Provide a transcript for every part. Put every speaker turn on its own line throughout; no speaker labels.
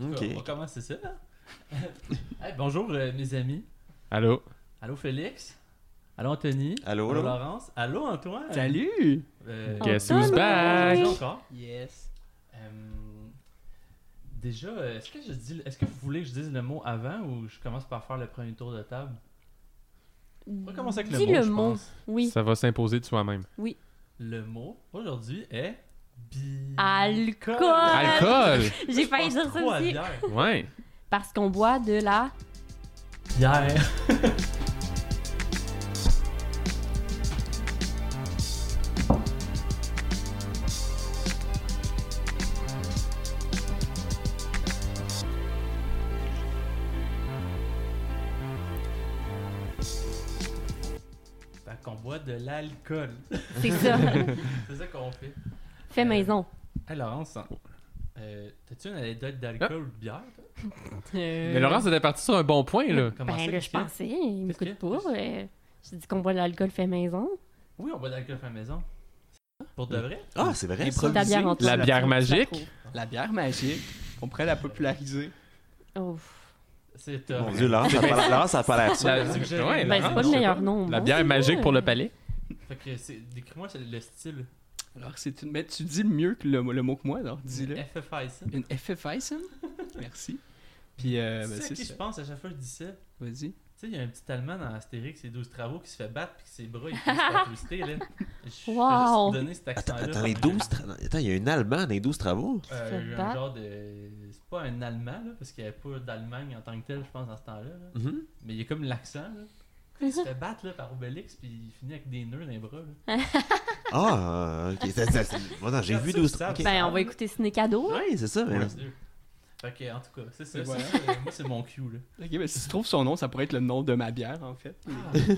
Ok.
On va commencer ça. hein? Hey, bonjour, euh, mes amis.
Allô?
Allô, Félix. Allô, Anthony.
Allô,
Allô,
allô?
Laurence. Allô, Antoine.
Salut!
Euh,
Guess
Antoine.
who's back?
Bonjour encore.
Yes.
Euh, déjà, euh, est-ce que je dis, est-ce que vous voulez que je dise le mot avant ou je commence par faire le premier tour de table On va commencer avec le
Dis
mot.
le
je
mot.
pense.
Oui.
Ça va s'imposer de soi-même.
Le mot aujourd'hui est bi.
Alcool.
Alcool!
J'ai failli
Je pense
dire ça
trop à
aussi.
bière.
Ouais.
Parce qu'on boit de la.
Bière. Fait qu'on boit de l'alcool.
C'est ça.
C'est ça qu'on fait.
Fait maison.
Hey Laurence, euh, t'as-tu une anecdote d'alcool ou de bière? toi?
Euh.
Mais Laurence était parti sur un bon point, là.
Comment ça
Ben là,
que
je
tu-
pensais, il
Qu'est-ce
m'écoute
qu'il y a?
pas. euh, J'ai dit qu'on boit de l'alcool fait maison.
Oui, on boit de l'alcool à la maison. Pour de vrai?
Ah, c'est vrai. ça.
Improvisé.
La bière en tout.
La bière magique.
La bière magique, on pourrait la populariser.
Ouf.
C'est
Mon
euh,
Dieu, Laurence, ça a pas l'air- Laurence, ça a pas l'air
La-
ça.
suggéré.
ouais,
Ben,
Ben,
Laurence,
c'est pas
je
le
sais
meilleur
pas.
nom.
La
bon,
bière
c'est
magique
vrai.
pour le palais.
Fait que c'est. Décris-moi c'est le style.
Alors, c'est une. Mais tu dis mieux que le, le mot que moi, alors dis-le.
FFIC.
Une FFISM? Merci. Puis, euh, ben,
c'est
c'est
qui je
ça.
pense à chaque fois que je dis ça. Tu
Vas-y.
sais, il y a un petit Allemand dans Astérix et 12 travaux qui se fait battre puis que ses bras ils finissent par twister là. Je vais
Wow.
juste donner cet
Attends,
accent-là.
attends, les 12 tra- Attends, il y a un Allemand dans les 12 travaux.
Euh,
Se
un
battre.
genre de. C'est pas un Allemand là, parce qu'il n'y avait pas d'Allemagne en tant que tel, je pense, dans ce temps-là. là.
Mhm.
Mais il y a comme l'accent là. Il
Ben,
se fait battre là, par Obélix puis il finit avec des nœuds dans les bras. là.
Ah, ok. ça- ça- ça- bon, non, J'ai
Regarde
vu
ça,
12
ça,
travaux. Ok.
Ben, on va écouter Ciné Cadeau.
Ouais, c'est ça. mais-
Mon Dieu. Fait que, en tout cas, c'est ça.
Ah, Et
c'est
voilà.
ça, euh, moi, c'est mon cue là.
Ok, ben si tu trouves son nom, ça pourrait être le nom de ma bière, en fait.
Mon dieu,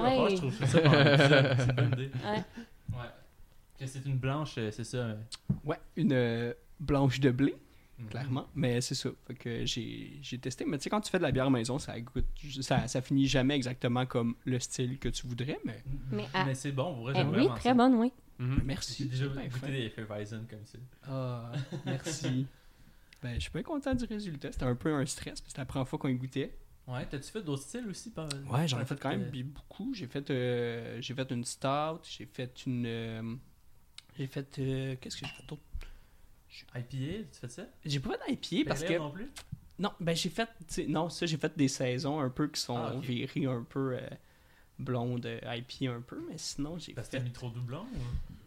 Ouais.
à part, je trouve ça pendant l'épisode. C'est une bonne idée.
Ouais.
Ouais. Que c'est une blanche, euh, c'est ça. euh,
Ouais, une euh, blanche de blé,
mhm.
clairement. Mais c'est ça. Fait que j'ai j'ai testé. Mais tu sais, quand tu fais de la bière maison, ça goûte. Ça, ça finit jamais exactement comme le style que tu voudrais, mais.
Mais,
Mais
ah,
c'est bon, vous
Eh
j'aime
oui,
vraiment
très
ça.
bonne, oui.
Mm-hmm. J'ai
Merci.
déjà
Ben,
goûté
fin.
des Hefeweizen comme ça.
Ah, merci. ben, je suis bien content du résultat. C'était un peu un stress, puis c'était la première fois qu'on y goûtait.
Ouais, t'as-tu fait d'autres styles aussi pas...
Ouais, j'en ai fait
T'as
quand même
euh,
bi- beaucoup. J'ai fait, euh, j'ai fait une stout, j'ai fait une. euh, j'ai fait. euh, Qu'est-ce que j'ai fait d'autre
euh, IPA, tu fais ça
J'ai pas fait d'IPA parce
Pale
que.
Ale non plus
Non, ben j'ai fait. tu sais, Non, ça, j'ai fait des saisons un peu qui sont
Ah, ok.
virées un peu euh, blonde, euh, IPA un peu, mais sinon, j'ai
Parce que
fait.
t'as mis trop de doublons ou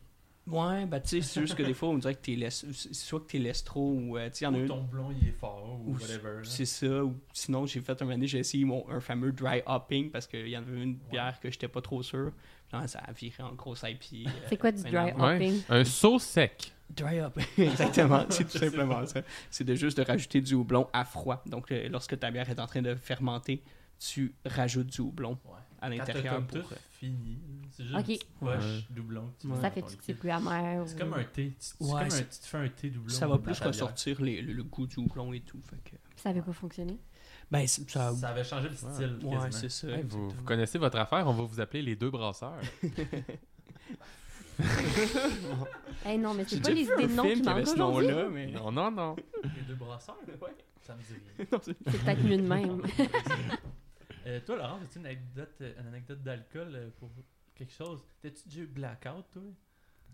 Ouais, ben tu sais, c'est juste que des fois, on dirait que t'es laisse... soit que t'es laisse trop ou. euh, tu sais, il y en a
Ou
une-
ton blond il est fort ou
Ou
whatever. là.
C'est ça. Ou sinon, j'ai fait un année, j'ai essayé mon, un fameux dry hopping parce qu'il y en avait une bière que j'étais pas trop sûr. Puis là, ça a viré en grosse IP.
C'est quoi du dry
hopping?
hopping?
Ouais. Un saut sec.
euh, ben Dry hopping, exactement. C'est tout simplement ça. C'est de juste de rajouter du houblon à froid. Donc, euh, lorsque ta bière est en train de fermenter, tu rajoutes du houblon
Ouais. Quand t'as
à l'intérieur
comme
pour. euh,
tout fini, c'est juste
Ok.
une petite poche
Ouais.
doublon. que tu
Ça
mets
Ça
dans
fait
ton
que c'est
liquide.
plus amer.
C'est
ou-
comme un thé. Tu, c'est
Ouais,
comme un-
c'est-
tu te fais un thé doublon.
Ça va
dans
plus
ta bière.
ressortir les- le, le goût du houblon et tout. Fait que...
Ça avait pas fonctionné.
Ben, c'est- ça.
Ça avait changé le style.
Ouais,
quasiment.
c'est ça.
Hey, vous, vous
exactement.
connaissez votre affaire, on va vous appeler les deux brasseurs.
Eh non, mais
J'ai
c'est pas
déjà
les
vu un
idées de noms
film
qui
avait
manquent
ce
aujourd'hui.
nom-là, mais.
non, non, non.
Les deux brasseurs, ouais. Ça me dit rien.
Non, c'est-
C'est peut-être mieux de même.
Euh, toi, Laurent, as-tu une anecdote, euh, une anecdote d'alcool euh, pour quelque chose? T'as-tu déjà eu blackout, toi?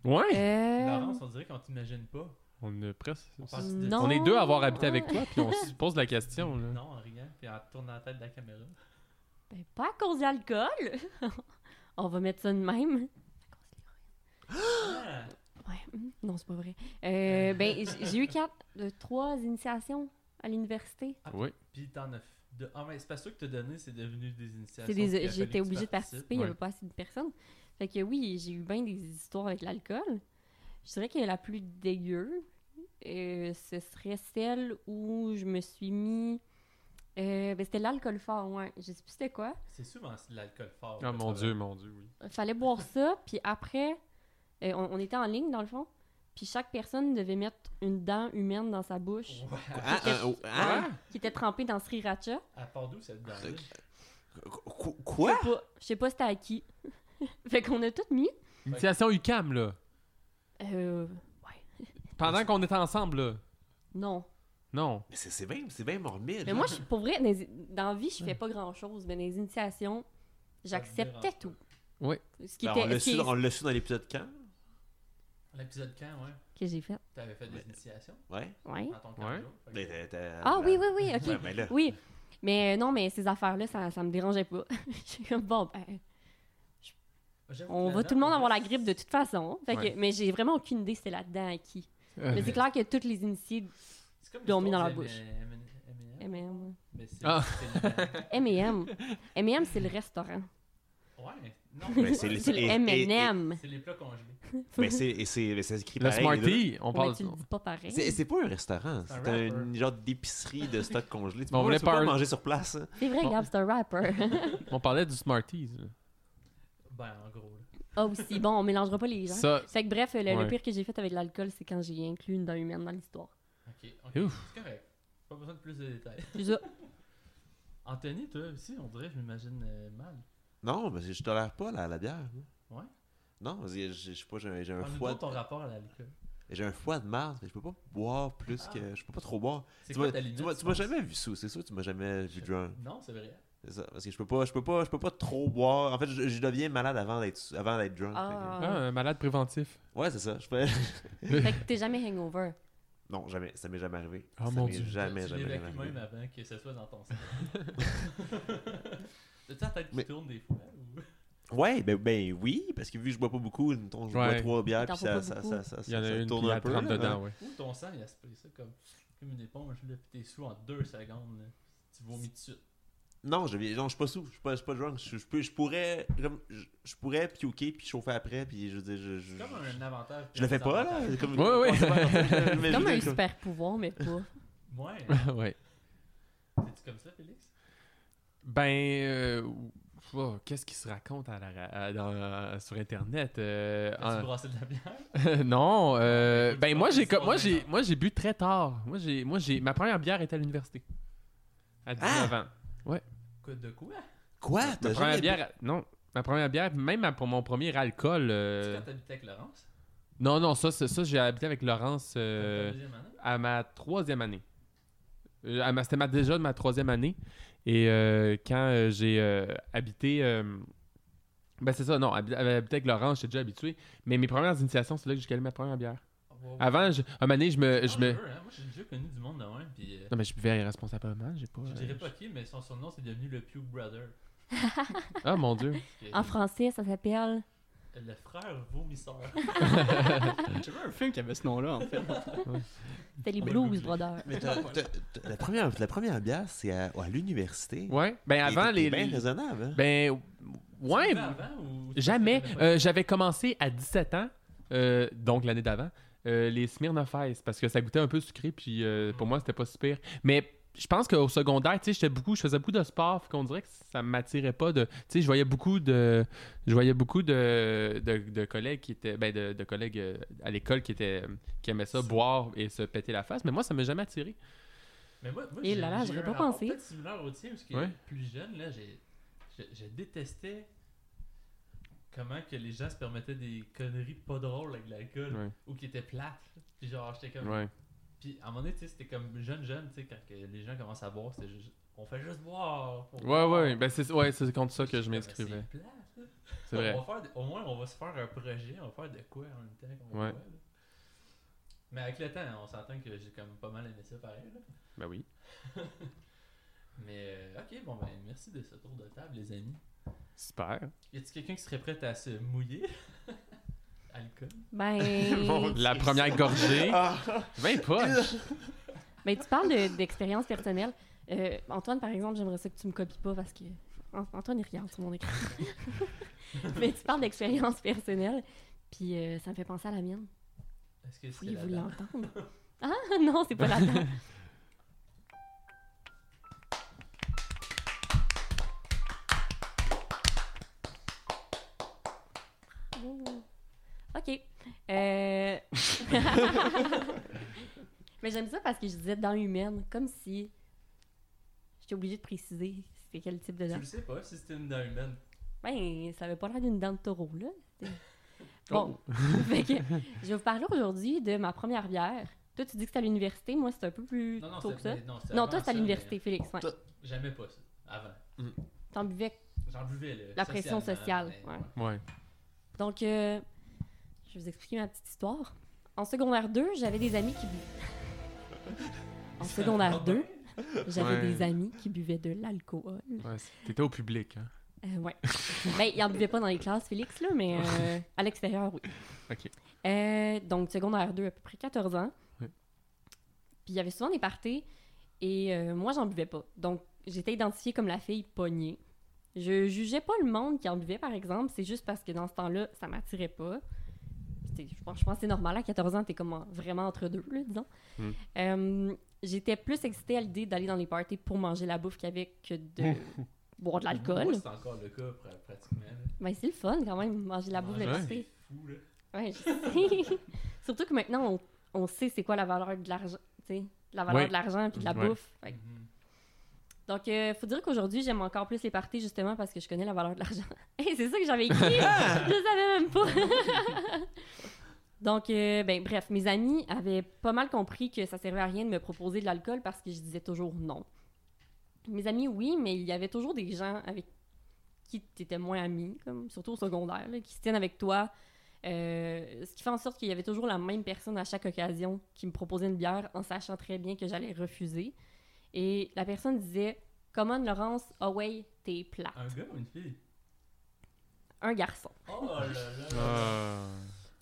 Ouais.
Euh,
Laurence, on dirait qu'on t'imagine pas.
On est presque.
On parle de-
non.
On est deux à avoir habité avec toi, puis on se pose la question. là.
Non, en riant, puis en tournant la tête de la caméra.
Ben, pas à cause d'alcool. On va mettre ça de même.
Ah!
Ouais, hum, non, c'est pas vrai. Euh, ben, j- j'ai eu quatre, euh, trois initiations à l'université.
Oui.
Ah, Puis t'en as... f- De... Ah, mais c'est pas sûr que t'as donné, c'est devenu des initiations.
C'est
puis il a
des-
fallu que
J'étais
tu
obligée de
participes.
participer, il n'y
Ouais.
avait pas assez de personnes. Fait que oui, j'ai eu bien des histoires avec l'alcool. Je dirais que la plus dégueu, euh, ce serait celle où je me suis mis. euh, ben, c'était l'alcool fort, ouais. Je sais plus c'était quoi.
C'est souvent c'est de l'alcool fort.
Ah
que
mon
tu
Dieu, mon Dieu, oui.
fallait boire ça, puis après, euh, on, on était en ligne dans le fond, puis chaque personne devait mettre une dent humaine dans sa bouche,
vas- Ouais.
Ah, ah, oh, ah.
qui était trempée dans sriracha.
À part d'où cette dent
Qu- Quoi?
Je sais pas- je sais pas c'était à qui. fait qu'on a tout mis.
Initiation UCAM, là.
Euh,
Pendant qu'on était ensemble, là.
non.
Non.
Mais c'est- c'est bien, c'est bien morbide.
Mais moi, je, pour vrai, dans les- dans la vie, je fais pas grand-chose, mais dans les initiations, j'acceptais tout.
Oui.
Ce qui
Ben, on
était.
l'a
ce qui
su,
est-
on l'a su dans l'épisode quand?
L'épisode quand, ouais
que j'ai fait.
T'avais fait des
Mais-
initiations
Ouais. Ben,
Ouais.
dans ton camp
Ouais.
de jour. Fait que-
T'es- t'es- t'es-
Ah oui, oui, oui, ok.
ben. Ouais, mais là,
Oui. Mais non, mais ces affaires-là, ça, ça me dérangeait pas. J'étais comme, bon, ben,
J'avoue
on
que
va
là-dedans,
tout le monde
en
avoir la
plus,
grippe de toute façon. Fait que-
Ouais.
mais j'ai vraiment aucune idée c'était là-dedans à qui. Mais c'est clair que toutes les initiées de
C'est comme
Ils l'ont mis
l'histoire
dans
du
leur bouche.
M- M- M-
M&M.
Mais c'est-
Ah.
c'est-
M&M. M&M, c'est le restaurant.
Ouais, non.
Ben, c'est les-
C'est le
et- et-
M&M.
C'est les plats congelés.
mais Ben, c'est et c'est- mais c'est écrit
Le
pareil, les deux.
Smarty, on
Ouais,
parle.
tu le dis pas pareil.
C'est c'est pas un restaurant,
C'est un
c'est un,
rapper.
genre d'épicerie de stock congelé. Tu peux,
On
pas,
voulait
tu peux pas
par-
manger sur place. hein.
C'est vrai,
Bon.
Gab, c'est un rapper.
On parlait du Smarties. là.
Ben, en gros, là.
Ah aussi, bon, on mélangera pas les gens.
Ça,
Fait que bref, le, le
Ouais.
pire que j'ai fait avec l'alcool, c'est quand j'ai inclus une dent humaine dans l'histoire.
Ok, ok.
Ouf.
C'est correct. Pas besoin de plus de détails.
C'est ça.
Anthony, toi aussi, on dirait, je m'imagine euh, mal.
Non, mais je tolère pas la, la bière. moi.
Ouais.
Non, parce que je je sais pas, j'ai un- j'ai un
Parle-nous
foie.
donc ton rapport à l'alcool.
J'ai un foie de marde, fait que je peux pas boire plus
Ah.
que. Je peux pas trop boire.
C'est
tu
quoi
m'as-
ta
tu
limite?
m'as- tu m'as
penses?
jamais vu sous, c'est sûr, tu m'as jamais vu drunk.
Non, c'est vrai.
C'est ça, parce que je peux pas, je peux pas, je peux pas trop boire. En fait, je, je deviens malade avant d'être sous- avant d'être drunk.
Ah.
ah, un malade préventif.
fait que- Ouais, c'est ça. Je fais-
Fait que t'es jamais hangover.
Non, jamais, ça m'est jamais arrivé.
Oh,
ça
mon
m'est
Dieu.
Jamais,
tu
jamais, jamais
l'évacues
arrivé.
même avant que ce soit dans ton sang. T'as-tu la tête qui
Mais-
tourne des fois? ou-
Ouais, ben, ben oui, parce que vu que je bois pas beaucoup, mettons, je bois
Ouais.
trois bières,
T'en
puis
bois
ça, ça,
pas beaucoup.
ça, ça,
Il y en a
ça
une
tourne
qui
un peu.
attrape
là,
dedans,
ouais.
ouais.
Ou ton sang, il a spray ça comme, comme une éponge, là, pis t'es sous en deux secondes, là. Tu vomis tout de suite.
Non, je viens- non, je suis pas sous, je suis pas, je suis pas drunk. Je, je peux, je pourrais, comme, je, je pourrais piquer puis chauffer après, puis je veux dire, je, je,
C'est comme un avantage.
je le fais pas là.
désavantage.
Comme,
Ouais, ouais.
on sait pas, on sait pas, mais je
Comme
veux
un
dire,
super pouvoir, mais pas.
Ouais.
ouais.
T'es-tu comme ça, Félix?
Ben, euh, oh, qu'est-ce qui se raconte à la ra- à- dans- euh, sur Internet? euh,
T'as-tu
en-
brassé de la bière?
non,
Faut
euh,
que tu
ben moi
parles
j'ai
d'histoire
comme- moi j'ai
maintenant.
moi j'ai bu très tard. Moi j'ai moi j'ai ma première bière était à l'université à 19 ans.
Quoi de quoi?
Quoi,
Ma
t'as
première
jamais
bière non, ma première bière même ma- pour mon premier alcool. euh,
C'est quand t'habitais avec Laurence?
Non non, ça c'est ça j'ai habité avec Laurence
Ta
euh,
deuxième année?
à ma troisième année. Euh, à ma- C'était ma- déjà de ma troisième année. Et euh, quand euh, j'ai euh, habité. euh, ben, c'est ça, non, habi- euh, habité avec Laurence, j'étais déjà habitué. Mais mes premières initiations, c'est là que j'ai calé ma première bière.
Oh, wow.
Avant, je, à un moment donné, je me. euh, Je me...
Dangereux, hein? Moi, j'ai déjà connu du monde de même, pis... euh,
Non, mais je buvais irresponsablement, j'ai pas.
Je
euh,
dirais pas qui, mais son surnom, c'est devenu le Pew Brother.
Ah, mon Dieu.
Puis, euh,
En français, ça s'appelle.
Le frère vomisseur.
J'avais un film qui avait ce nom-là, en fait.
C'était les
On va le
blues,
googler.
brother.
Mais t'as- t'as- t'as- la première, la première bière, c'est à, à l'université.
Ouais. Ben, avant les.
bien
les-
raisonnable. Hein?
Ben, ouais.
Tu le fais avant ou tu
Jamais.
le fais pas?
Euh, J'avais commencé à 17 ans, euh, donc l'année d'avant, euh, les Smirnoff Ice, parce que ça goûtait un peu sucré, puis euh, pour moi, c'était pas si pire. Mais je pense qu'au secondaire, tu sais, j'étais beaucoup, je faisais beaucoup de sport, fait qu'on dirait que ça m'attirait pas de... Tu sais, je voyais beaucoup de... Je voyais beaucoup de, de, de collègues qui étaient... Ben, de, de collègues euh, à l'école qui étaient... qui aimaient ça, boire et se péter la face, mais moi, ça m'a jamais attiré.
Mais moi, moi
Et
j'ai-
Eh là, là,
j'ai
j'aurais
eu
pas
un rapport
pensé.
peut-être similaire au tien, parce que
Ouais.
plus jeune, là, j'ai, je, je détestais comment que les gens se permettaient des conneries pas drôles avec l'alcool,
Ouais.
ou qui étaient plates. là. Puis genre, j'étais comme...
Ouais.
Puis à un moment donné, tu sais, c'était comme jeune, jeune, tu sais, quand que les gens commencent à boire, c'était juste... On fait juste boire! on
Ouais,
boire.
ouais, ben c'est ouais, c'est contre ça
Puis
que je
j'étais comme,
m'inscrivais.
C'est plate, là.
C'est vrai.
On va faire des- Au moins, on va se faire un projet, on va faire de quoi en même temps qu'on
Ouais.
boit, là. Mais avec le temps, on s'entend que j'ai comme pas mal aimé ça pareil. là.
Ben oui.
Mais euh, ok, bon ben merci de ce tour de table, les amis.
Super.
Y a-t-il quelqu'un qui serait prêt à se mouiller Alcool
Ben.
La première
Ah,
gorgée. Ben pas.
ben, tu parles de- d'expérience personnelle. Euh, Antoine, par exemple, j'aimerais ça que tu me copies pas parce que. An- Antoine, il regarde sur mon écran. Mais tu parles d'expérience personnelle, puis euh, ça me fait penser à la mienne.
Est-ce que c'est
Voulez-vous
là-dedans?
l'entendre? Ah non, c'est pas la dent. OK. Euh, Mais j'aime ça parce que je disais dents humaines, comme si j'étais obligée de préciser c'était quel type de
Tu
dent.
le sais pas si c'était une dent humaine.
Ben, ça avait pas l'air d'une dent de taureau, là. Bon, Fait que, je vais vous parler aujourd'hui de ma première bière Toi, tu dis que c'est à l'université. Moi, c'est un peu plus
Non, non,
tôt que
c'est
ça.
non, c'est
Non,
avant
toi, c'est
ça,
à l'université, Félix. Ouais.
Toi-
mais J'aimais pas ça. Avant.
T'en buvais.
J'en buvais, là.
La pression
socialement,
sociale,
mais-
ouais.
Ouais.
Donc, euh, je vais vous expliquer ma petite histoire. En secondaire 2, j'avais des amis qui buvaient. en secondaire 2, j'avais
Ouais.
des amis qui buvaient de l'alcool.
ouais c'est- T'étais au public, hein?
Euh, ouais. ben, il en buvait pas dans les classes, Félix, là, mais euh, à l'extérieur, oui.
Ok.
Euh, donc, secondaire 2, à peu près 14 ans.
Ouais.
Puis, il y avait souvent des parties, et euh, moi, j'en buvais pas. Donc, j'étais identifiée comme la fille pognée. Je jugeais pas le monde qui en buvait, par exemple, c'est juste parce que dans ce temps-là, ça m'attirait pas. C'était- Je pense, je pense que c'est normal, à 14 ans, t'es comme en- vraiment entre deux, là, disons.
Mm.
Euh, J'étais plus excitée à l'idée d'aller dans les parties pour manger la bouffe qu'avec que de boire de l'alcool.
Moi, c'est encore le cas, pra- pratiquement. là.
Ben, c'est le fun quand même, manger la bouffe
Manger,
de
Ouais.
l'épicerie.
C'est fou, là.
Ouais, je sais. Surtout que maintenant, on, on sait c'est quoi la valeur de l'argent, tu sais, la valeur
Ouais.
de l'argent puis de la
Ouais.
bouffe. Fait que-
Mhm.
Donc, euh, faut dire qu'aujourd'hui, j'aime encore plus les parties justement parce que je connais la valeur de l'argent. Hey, c'est ça que j'avais écrit! je savais même pas! Donc, euh, ben, bref, mes amis avaient pas mal compris que ça servait à rien de me proposer de l'alcool parce que je disais toujours non. Mes amis, oui, mais il y avait toujours des gens avec qui t'étais moins ami, comme, surtout au secondaire, là, qui se tiennent avec toi. Euh, ce qui fait en sorte qu'il y avait toujours la même personne à chaque occasion qui me proposait une bière en sachant très bien que j'allais refuser. Et la personne disait Comment Laurence, away, t'es plat.
Un gars ou une fille?
Un garçon.
Oh là là!
Ah.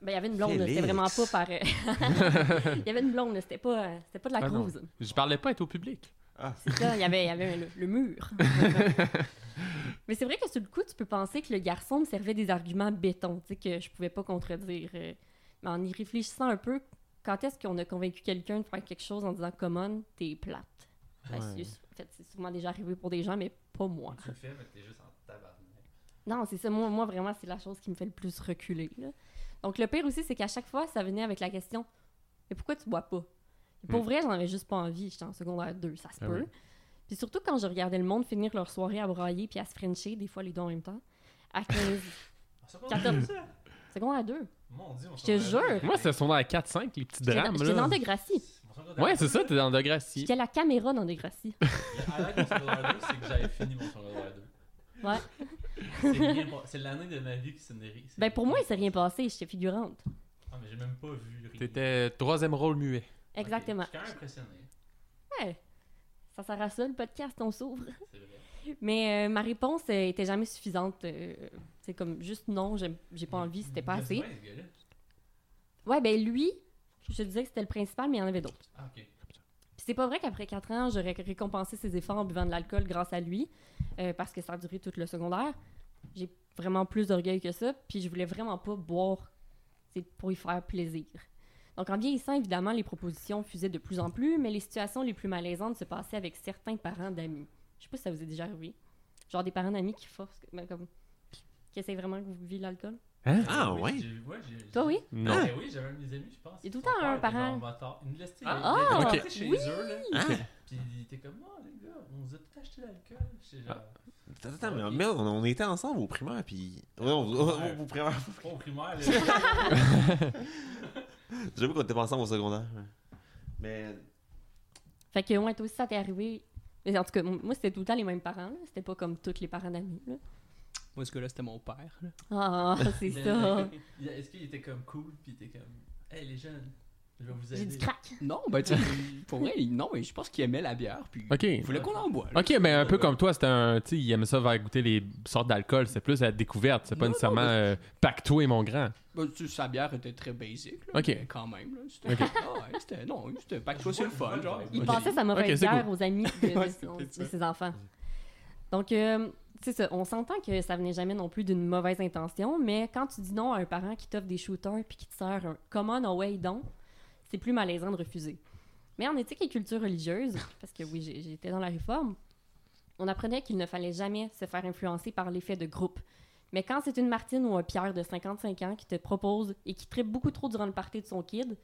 Ben, il y avait une blonde, là, c'était
Félix.
vraiment pas par. il y avait une blonde, là, c'était pas, euh, c'était pas de la
Ah non.
cruise.
Je parlais pas être au public.
C'est ça, il y avait, il y avait le, le mur. Mais c'est vrai que sur le coup, tu peux penser que le garçon me servait des arguments béton, tu sais, que je pouvais pas contredire. euh. Mais en y réfléchissant un peu, quand est-ce qu'on a convaincu quelqu'un de faire quelque chose en disant Common, t'es plate Ben,
Ouais.
c'est- en fait, c'est sûrement déjà arrivé pour des gens, mais pas moi.
Tu le fais, mais t'es juste en tabarnak.
Non, c'est ça. Moi, moi vraiment, c'est la chose qui me fait le plus reculer. là. Donc, le pire aussi, c'est qu'à chaque fois, ça venait avec la question Mais pourquoi tu bois pas Et Pour
Mm.
vrai, j'en avais juste pas envie. J'étais en secondaire 2, ça se
Ah
peut.
oui.
Puis surtout quand je regardais le monde finir leur soirée à brailler puis à se frencher, des fois les deux en même temps, à 15.
On s'en parle
14.
de Ah, ça?
secondaire 2.
Mon dieu, on s'en
te
parle de ça.
jure.
Moi, c'est son à 4-5, les petits drames.
J'étais
là.
dans Degrassi.
On s'en parle de
Ouais, c'est ça, t'es dans Degrassi.
J'étais la caméra dans Degrassi.
Le highlight de mon secondaire 2, c'est que j'avais fini mon secondaire 2.
Ouais.
C'est bien pas- C'est l'année de ma vie qui s'est née.
ben pour moi, il s'est rien passé. J'étais figurante.
Ah, mais j'ai même pas vu rien.
T'étais troisième rôle muet.
Ok,
Exactement.
Je suis quand même impressionné.
Ça sert à ça, le podcast, on s'ouvre.
C'est vrai.
Mais euh, ma réponse euh, était jamais suffisante. euh, c'est comme juste non, j'aime- j'ai pas
Mm.
envie, c'était pas
Il y a
assez.
du vin, ce gars-là.
Ouais, ben lui, je te disais que c'était le principal, mais il y en avait d'autres.
Ah, ok.
Puis c'est pas vrai qu'après 4 ans, j'aurais récompensé ses efforts en buvant de l'alcool grâce à lui, euh, parce que ça a duré tout le secondaire. J'ai vraiment plus d'orgueil que ça, puis je voulais vraiment pas boire c'est pour y faire plaisir. Donc en vieillissant, évidemment, les propositions fusaient de plus en plus, mais les situations les plus malaisantes se passaient avec certains parents d'amis. Je sais pas si ça vous est déjà arrivé. Genre des parents d'amis qui forcent, ben, comme, qui essayent vraiment que vous buviez de l'alcool.
Ah,
Oui,
ouais?
j'ai- ouais, j'ai-
Toi, oui?
Non.
Ah, ben oui, j'avais un de mes amis, je pense.
Il y a tout le
Son
temps un
père était
parent.
genre moteur. Il nous laissait.
Ah,
il
ah,
était rentré chez
oui.
eux, là.
Hein?
Puis il était comme, oh les gars, on vous a tout acheté l'alcool. J'étais genre,
Attends, attends, mais merde, on, on était ensemble au primaire, puis. Ouais, on,
Ouais.
au primaire.
pas au primaire, là.
J'avoue qu'on était pas ensemble au secondaire. ouais. Mais.
Fait que, ouais, toi aussi, ça t'est arrivé. Mais en tout cas, m- moi, c'était tout le temps les mêmes parents. là. C'était pas comme tous les parents d'amis. là.
Moi, ce gars-là, c'était mon père. là.
Ah, c'est
Mais-
ça.
Il- Est-ce qu'il était comme cool, puis il était comme, hey les jeunes, je vais vous aider.
J'ai du crack.
Non, ben, tu sais, pour vrai, il- non, mais je pense qu'il aimait la bière. Puis
Ok.
Il voulait qu'on en boire.
Ok, mais un peu comme toi, c'était un. Tu sais, il aimait ça vers goûter les sortes d'alcool. C'est plus à la découverte. C'est pas
Non, non,
nécessairement euh, pacto et mon grand.
Ben, tu sais, sa bière était très basic, là,
Ok.
mais quand même. Là, c'était...
Ok.
Ah ouais, c'était... Non, c'était pas que toi, c'est le fun, genre.
Il
Ok.
passait sa mauvaise
Ok, c'est
bière aux amis de, de
Ouais,
son-
c'est
de
ça.
ses enfants. Donc, euh, c'est ça. On s'entend que ça venait jamais non plus d'une mauvaise intention, mais quand tu dis non à un parent qui t'offre des shooters puis qui te sert un comment no way donc, c'est plus malaisant de refuser. Mais en éthique et culture religieuse, parce que oui, j'ai- j'étais dans la réforme, on apprenait qu'il ne fallait jamais se faire influencer par l'effet de groupe. Mais quand c'est une Martine ou un Pierre de 55 ans qui te propose et qui tripe beaucoup trop durant le party de son kid,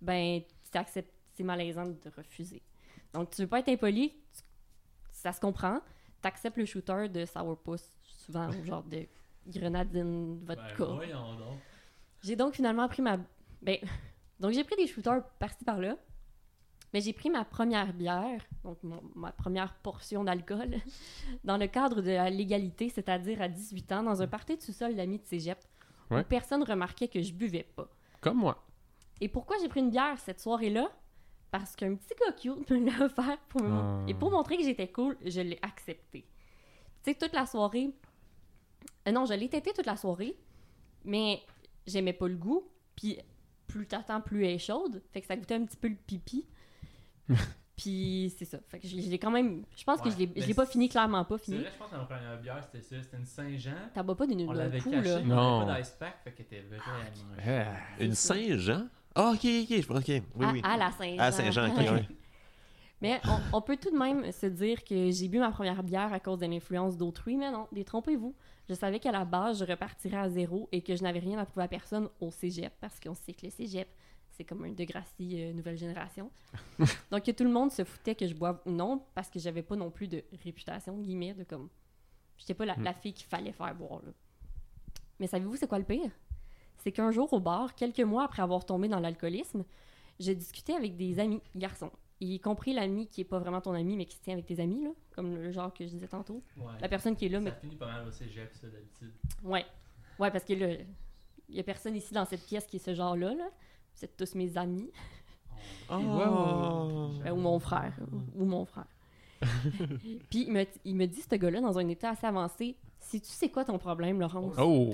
ben, tu t'acceptes- c'est malaisant de refuser. Donc, tu veux pas être impoli, tu- ça se comprend. T'acceptes le shooter de sourpuss, souvent, ou genre de grenadine
Ben,
vodka.
voyons donc.
J'ai donc finalement pris ma. Ben, Donc, j'ai pris des shooters par-ci par-là. Mais j'ai pris ma première bière, donc mon- ma première portion d'alcool, dans le cadre de la légalité, c'est-à-dire à 18 ans, dans un party de sous-sol d'amis de cégep,
Ouais.
où personne remarquait que je buvais pas.
Comme moi.
Et pourquoi j'ai pris une bière cette soirée-là? Parce qu'un petit gars cute me l'a offert pour me mon-
Ah.
et pour montrer que j'étais cool, je l'ai accepté. Tu sais, toute la soirée... euh, non, je l'ai tété toute la soirée, mais j'aimais pas le goût. Puis plus t'attends, plus elle est chaude. Fait que ça goûtait un petit peu le pipi. Puis c'est ça. Fait que je je l'ai quand même... Je pense que
Ouais,
je l'ai-
mais
je l'ai pas fini, clairement pas
C'est
fini.
vrai, je pense que ma première bière, c'était ça. C'était une Saint-Jean.
T'as pas d'une
On
d'un
l'avait
coup,
cachée.
là. Ah,
mais On
Non.
n'avait pas d'ice pack, fait qu'elle était vraiment.
Euh,
Une Saint-Jean? Ah, ok, ok, je ok. Oui,
à,
oui.
à la Saint-Jean.
Ah, Saint-Jean, ok, ouais.
Mais on, on peut tout de même se dire que j'ai bu ma première bière à cause de l'influence d'autrui, mais non, détrompez-vous. Je savais qu'à la base, je repartirais à zéro et que je n'avais rien à prouver à personne au cégep, parce qu'on sait que le cégep, c'est comme un Degrassi euh, nouvelle génération. Donc que tout le monde se foutait que je boive ou non, parce que j'avais pas non plus de réputation, guillemets, de comme... J'étais pas la,
Hmm.
la fille qu'il fallait faire boire, là. Mais savez-vous c'est quoi le pire? C'est qu'un jour au bar, quelques mois après avoir tombé dans l'alcoolisme, je discutais avec des amis garçons, y compris l'ami qui est pas vraiment ton ami mais qui se tient avec tes amis là, comme le genre que je disais tantôt. La
Ouais.
personne qui est là mais
Ça finit pas mal au cégep, ça, d'habitude.
ouais. Ouais parce que là il y a personne ici dans cette pièce qui est ce genre là là. Vous êtes tous mes amis
Oh.
Ben, ou mon frère ou mon frère. Puis il me, il me dit ce gars-là dans un état assez avancé, si tu sais quoi ton problème Laurence.
Oh,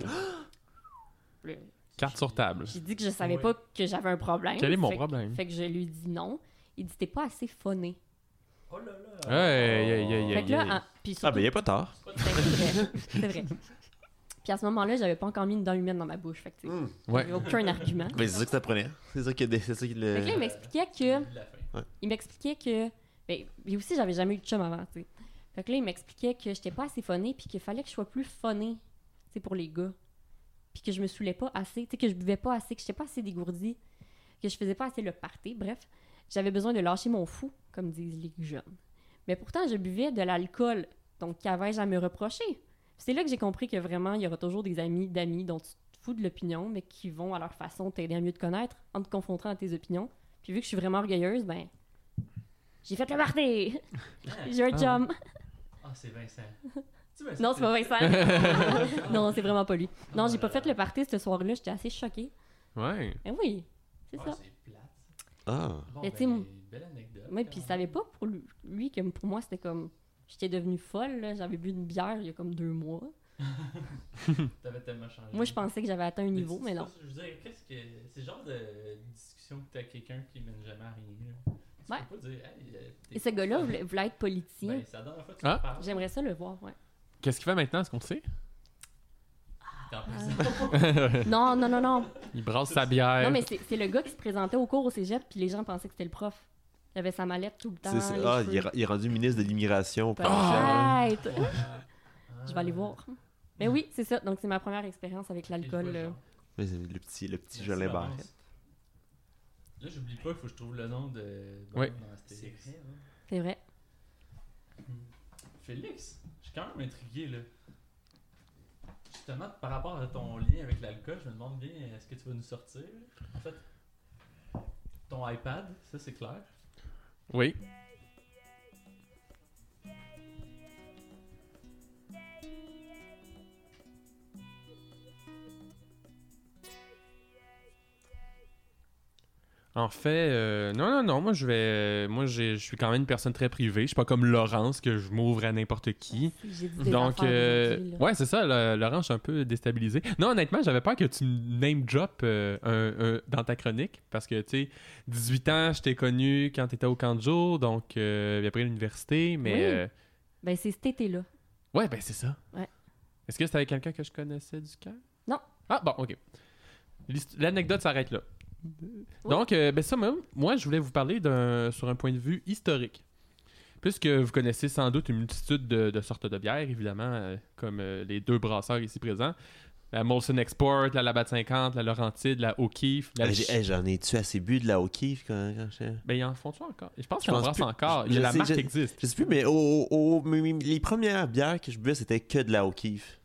Là,
carte sur table.
J'ai dit que je savais
Ouais.
pas que j'avais un problème.
Quel est mon
Hein, Fait que-
problème?
Fait que je lui dis non. Il dit t'es pas assez phoné.
Oh là là.
Hey, hey, hey,
Fait que
hey,
là,
hey.
en- puis
Ah, ben,
surtout-
il est pas tard.
C'est vrai. C'est vrai. Puis à ce moment-là, j'avais pas encore mis une dent humaine dans ma bouche. Fait que, tu sais,
Hmm.
Ouais.
j'avais aucun argument.
Mais Ben, c'est ça que ça prenait. C'est ça qui c'est ça qui
Fait
le.
que là, il m'expliquait que.
La fin.
Il m'expliquait que. Ben, puis aussi, j'avais jamais eu de chum avant, tu sais. Fait que là, il m'expliquait que j'étais pas assez phonée, puis qu'il fallait que je sois plus phonée, tu sais, pour les gars. Puis que je me saoulais pas assez, tu sais, que je buvais pas assez, que j'étais pas assez dégourdie, que je faisais pas assez le party. Bref, j'avais besoin de lâcher mon fou, comme disent les jeunes. Mais pourtant, je buvais de l'alcool, donc qu'avais-je à me reprocher? Puis C'est là que j'ai compris que vraiment, il y aura toujours des amis d'amis dont tu te fous de l'opinion, mais qui vont à leur façon t'aider à mieux te connaître en te confrontant à tes opinions. Puis vu que je suis vraiment orgueilleuse, ben, j'ai fait le party! j'ai un
Ah.
chum!
Ah, c'est Vincent. Tu Vincent,
Non, c'est pas Vincent! non, c'est vraiment pas lui. Non,
Ah,
j'ai pas
là,
fait
là.
le party ce soir-là, j'étais assez choquée.
Ouais.
Eh oui, c'est
Ah,
ça.
c'est plate.
Ah.
Bon,
Mais
ben,
tu sais, mon-
belle anecdote.
Oui, puis il savait pas pour lui, lui que pour moi, c'était comme. J'étais devenue folle, là. j'avais bu une bière il y a comme deux mois.
T'avais tellement changé.
Moi, je pensais que j'avais atteint un niveau, mais
tu-
non.
Je veux dire, qu'est-ce que. C'est le genre de discussion que t'as quelqu'un qui mène jamais à rien. là. Tu
Ouais.
peux pas dire, hey, euh, t'es-
Et ce gars-là voulait, voulait être politicien.
Ben, c'est la dernière fois que tu
Ah.
me parles.
J'aimerais ça le voir, ouais.
Qu'est-ce qu'il fait maintenant, est-ce qu'on le sait?
T'en
Ah.
penses-
Non, non, non, non.
Il brasse sa bière.
Non, mais c'est c'est le gars qui se présentait au cours au cégep, puis les gens pensaient que c'était le prof. Il avait sa mallette tout le temps.
C'est ça.
les Ben,
Ah,
cheveux.
il est, ra- il est rendu ministre de l'immigration. provinciale.
Arrête!
Ah.
Je vais aller voir. Mais oui, c'est ça. Donc, c'est ma première expérience avec
Et je vois le
l'alcool. là.
genre.
Mais c'est le petit, le petit
Merci,
Jolin
Laurence.
Barrette.
Là, j'oublie pas, il faut que je trouve le nom de.
Ouais.
dans la série.
C'est vrai.
Félix, je suis quand même intrigué là. Justement, par rapport à ton lien avec l'alcool, je me demande bien, est-ce que tu vas nous sortir En fait, ton iPad, ça c'est clair.
Oui. En fait, euh, non, non, non, moi je vais. Moi j'ai- je suis quand même une personne très privée. Je suis pas comme Laurence que je m'ouvre à n'importe qui.
J'ai dit des
Donc,
affaires
euh,
aujourd'hui, là.
ouais, c'est ça, le- Laurent, je suis un peu déstabilisé. Non, honnêtement, j'avais peur que tu me name drop euh, un- un- dans ta chronique parce que, tu sais, 18 ans, je t'ai connu quand t'étais au camp de jour, donc euh, puis après l'université, mais.
Oui.
euh,
Ben, c'est cet été-là.
ouais, ben c'est ça.
Ouais.
Est-ce que c'était avec quelqu'un que je connaissais du camp
Non.
Ah, bon, ok. L'hist- L'anecdote s'arrête là.
Oui.
Donc, euh, ben ça, moi, moi, je voulais vous parler d'un- sur un point de vue historique. Puisque vous connaissez sans doute une multitude de, de sortes de bières, évidemment, euh, comme euh, les deux brasseurs ici présents. La Molson Export, la Labatt 50, la Laurentide, la O'Keeffe. La
Hey, j'ai- hey, J'en ai-tu assez bu de la hockey quand, quand j'étais-
Ben, ils en font-tu encore? Je pense
Je
qu'ils en
pense
brassent
plus.
encore.
Je- je
la
sais,
marque
je-
existe.
Je sais plus, mais au- au- au- mais- mais les premières bières Euh, que je buvais, c'était que de la O'Keeffe.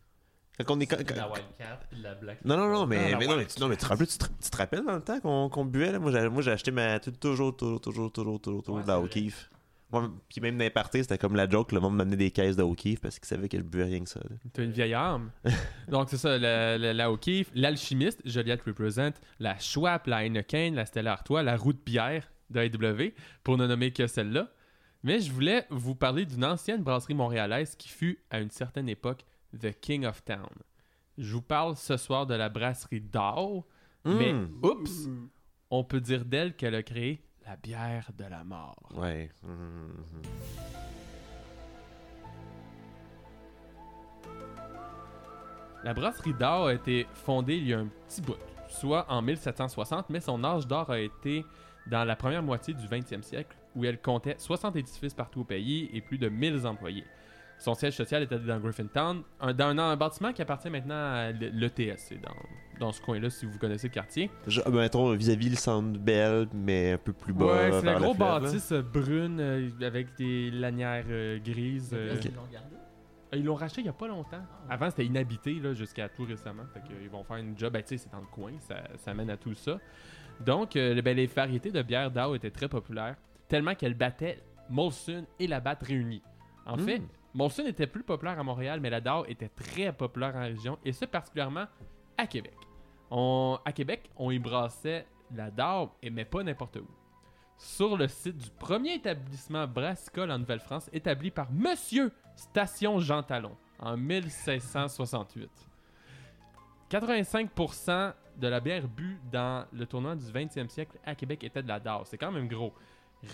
Quand on est.
C'était
quand-
de la Wildcat puis de la Black.
Non, non, non,
Ah,
mais,
la
mais, non,
White
mais, tu, non, mais tu, te rappelles, tu, te, tu te rappelles dans le temps qu'on qu'on buvait là? Moi, j'ai, moi, j'ai acheté ma. tout- toujours, toujours, toujours, toujours, toujours, toujours
Ouais,
de la
c'est vrai.
O'Keeffe. Moi, puis même dans les parties, c'était comme la joke, le monde m'amenait des caisses de O'Keeffe parce qu'il savait que je buvais rien que ça. là.
T'as une vieille arme. Donc, c'est ça, la, la, la O'Keeffe, l'alchimiste, Joliette Represent, la Schwab, la Heineken, la Stella Artois, la route bière de AW, pour ne nommer que celle-là. Mais je voulais vous parler d'une ancienne brasserie montréalaise qui fut, à une certaine époque, The King of Town. Je vous parle ce soir de la brasserie d'or, mais
Hmm.
oups, on peut dire d'elle qu'elle a créé la bière de la mort.
Ouais. Mhm.
La brasserie d'or a été fondée il y a un petit bout, soit en 1760, mais son âge d'or a été dans la première moitié du 20e siècle, où elle comptait 60 édifices partout au pays et plus de 1000 employés. Son siège social était dans Griffintown, un, dans un, un bâtiment qui appartient maintenant à l- l'ETS, c'est dans, dans ce coin-là si vous connaissez le quartier.
Je- ben, mettons, vis-à-vis le Centre Bell, mais un peu plus bas.
ouais, c'est
vers
la grosse
fleuve, là.
bâtisse euh, brune euh, avec des lanières euh, grises. euh,
Ils l'ont gardé.
Ils l'ont racheté il n'y a pas longtemps.
Ah.
Avant, c'était inhabité là, jusqu'à tout récemment. Fait que, euh, ils vont faire une job. Ben, tu sais, c'est dans le coin. Ça, ça mène à tout ça. Donc, euh, le- ben, les variétés de bière d'Ao étaient très populaires. Tellement qu'elles battaient Molson et la Batte réunies. En
Hmm.
fait, Molson était plus populaire à Montréal, mais la DAO était très populaire en région. Et ce, particulièrement à Québec. On- à Québec, on y brassait la DAO, et- mais pas n'importe où. Sur le site du premier établissement brassicole en Nouvelle-France, établi par Monsieur Station Jean Talon en 1668. 85% de la bière bue dans le tournoi du 20e siècle à Québec était de la DAO. C'est quand même gros.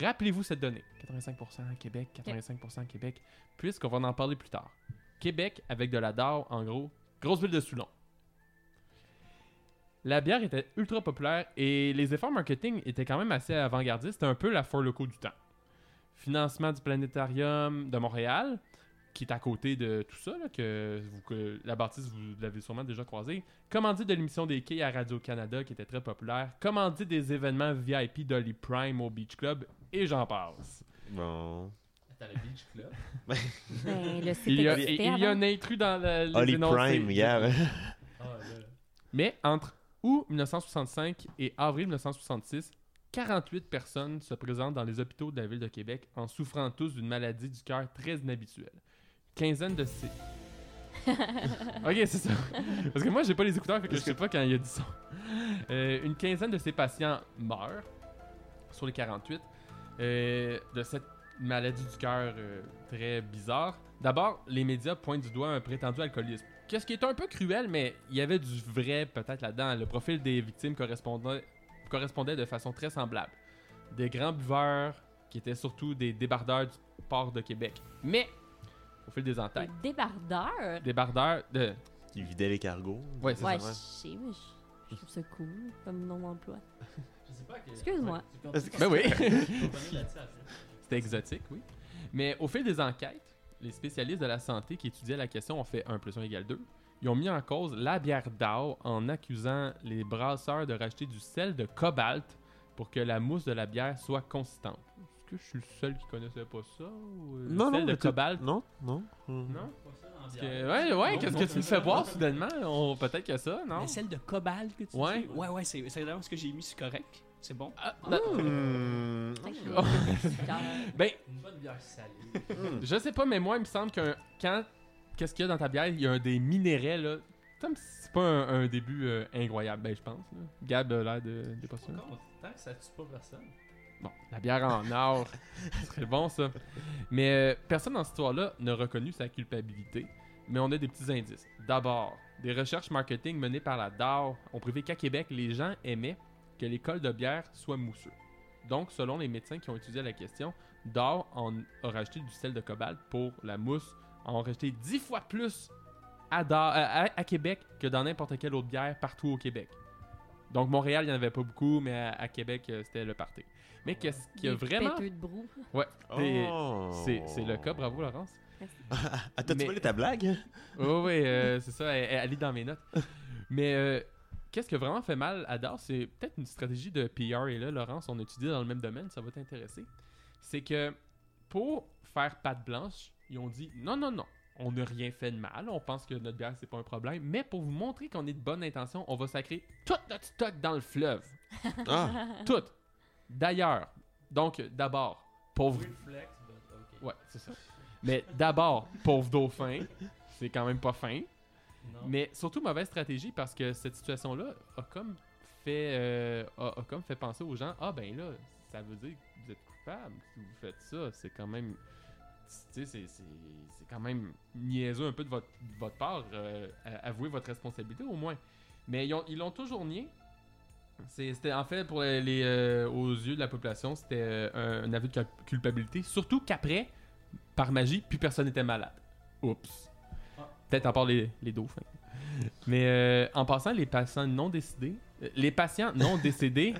Rappelez-vous cette donnée. 85% à Québec, 85% à Québec, puisqu'on va en parler plus tard. Québec avec de la DAO, en gros, grosse ville de Soulon. La bière était ultra populaire et les efforts marketing étaient quand même assez avant-gardistes. C'était un peu la four loco du temps. Financement du planétarium de Montréal, qui est à côté de tout ça, là, que, vous- que la bâtisse, vous l'avez sûrement déjà croisé. Commandite de l'émission des quais à Radio-Canada, qui était très populaire. Commandite des événements VIP d'Holly Prime au Beach Club, et j'en passe.
Bon.
Attends, le Beach Club.
Ben, le site
Il y a,
existait
il y a
avant.
un intrus dans la, les
Holly
énoncés.
Prime, yeah.
Ah, là.
Mais entre août 1965 et avril 1966, 48 personnes se présentent dans les hôpitaux de la ville de Québec en souffrant tous d'une maladie du cœur très inhabituelle. Quinzaine de ces. ok, c'est ça. Parce que moi, j'ai pas les écouteurs, fait que je sais pas quand il y a du son. Euh, une quinzaine de ces patients meurent sur les 48 euh, de cette maladie du cœur euh, très bizarre. D'abord, les médias pointent du doigt un prétendu alcoolisme. Qu'est-ce qui est un peu cruel, mais il y avait du vrai peut-être là-dedans. Le profil des victimes correspondait, correspondait de façon très semblable. Des grands buveurs qui étaient surtout des débardeurs du port de Québec. Mais, au fil des
Des
entailles,
débardeurs.
débardeurs de...
Qui vidait les cargos.
Ouais, c'est
Ouais,
ça.
je sais, mais je- je trouve ça cool comme nom d'emploi.
Je sais pas. que-
Excuse-moi.
Ouais, tu continues.
Ben oui.
Tu continues là-dessus après.
C'était exotique, oui. Mais au fil des enquêtes, les spécialistes de la santé qui étudiaient la question ont fait 1 plus 1 égale 2. Ils ont mis en cause la bière d'or en accusant les brasseurs de rajouter du sel de cobalt pour que la mousse de la bière soit consistante. Est-ce que je suis le seul qui connaissait pas ça? ou, euh, le sel de
mais t'as-
cobalt?
Non, non. Hmm.
Non?
Pas ça en
Parce
bière.
que- ouais, ouais,
Non,
qu'est-ce
non,
que
non,
tu me
non,
fais
non,
voir
non.
soudainement? On- Peut-être que ça, non?
Mais celle de Cobalt que tu
Ouais.
dis? Ouais, ouais, c'est c'est vraiment ce que j'ai mis, c'est correct. C'est bon.
Ah, non.
Hmm.
Fait que, euh,
Ben,
Une bonne bière salée.
Hmm.
Je sais pas, mais moi, il me semble qu'un. Quand. Qu'est-ce qu'il y a dans ta bière Il y a un des minéraux, là. Comme si c'est pas un, un début euh, incroyable, ben je pense. Là. Gab a l'air de, de pas sûr.
Encore, Tant que ça tue pas personne.
Bon, la bière en or, ce serait bon ça. Mais euh, personne dans cette histoire-là n'a reconnu sa culpabilité, mais on a des petits indices. D'abord, des recherches marketing menées par la DAO ont prouvé qu'à Québec, les gens aimaient que les cols de bière soient mousseux. Donc, selon les médecins qui ont étudié la question, DAO en a rajouté du sel de cobalt pour la mousse, en a rajouté 10 fois plus à, Dor- euh, à- à Québec que dans n'importe quelle autre bière partout au Québec. Donc, Montréal, il n'y en avait pas beaucoup, mais à, à Québec, euh, c'était le party. Mais qu'est-ce qui a
des
vraiment.
péteux de brou.
Et
Oh.
C'est c'est le cas, bravo Laurence.
Attends,
Mais-
tu volé ta blague?
Oui, oui, euh, c'est ça, elle, elle est dans mes notes. Mais euh, qu'est-ce qui a vraiment fait mal à DAO, c'est peut-être une stratégie de PR, et là, Laurence, on étudie dans le même domaine, ça va t'intéresser. C'est que pour faire patte blanche, ils ont dit non, non, non, on n'a rien fait de mal, on pense que notre bière, c'est pas un problème, mais pour vous montrer qu'on est de bonne intention, on va sacrer tout notre stock dans le fleuve.
Ah,
Tout. D'ailleurs, donc d'abord, pauvre
Weird flex, but ok.
Ouais, c'est ça. Mais d'abord, pauvre dauphin, c'est quand même pas fin.
Non.
Mais surtout, mauvaise stratégie parce que cette situation-là a comme fait euh, a, a comme fait penser aux gens Ah ben là, ça veut dire que vous êtes coupable si vous faites ça. C'est quand même. Tu sais, c'est- c'est c'est quand même niaiseux un peu de votre, de votre part. euh, à- avouez votre responsabilité au moins. Mais ils ont- ils l'ont toujours nié. C'est- C'était en fait pour les, les, euh, aux yeux de la population, c'était euh, un, un aveu de cul- culpabilité. Surtout qu'après, par magie, plus personne n'était malade. Oups.
Ah.
Peut-être à part les, les dauphins. Mais euh, en passant, les patients non décédés, euh, les patients non décédés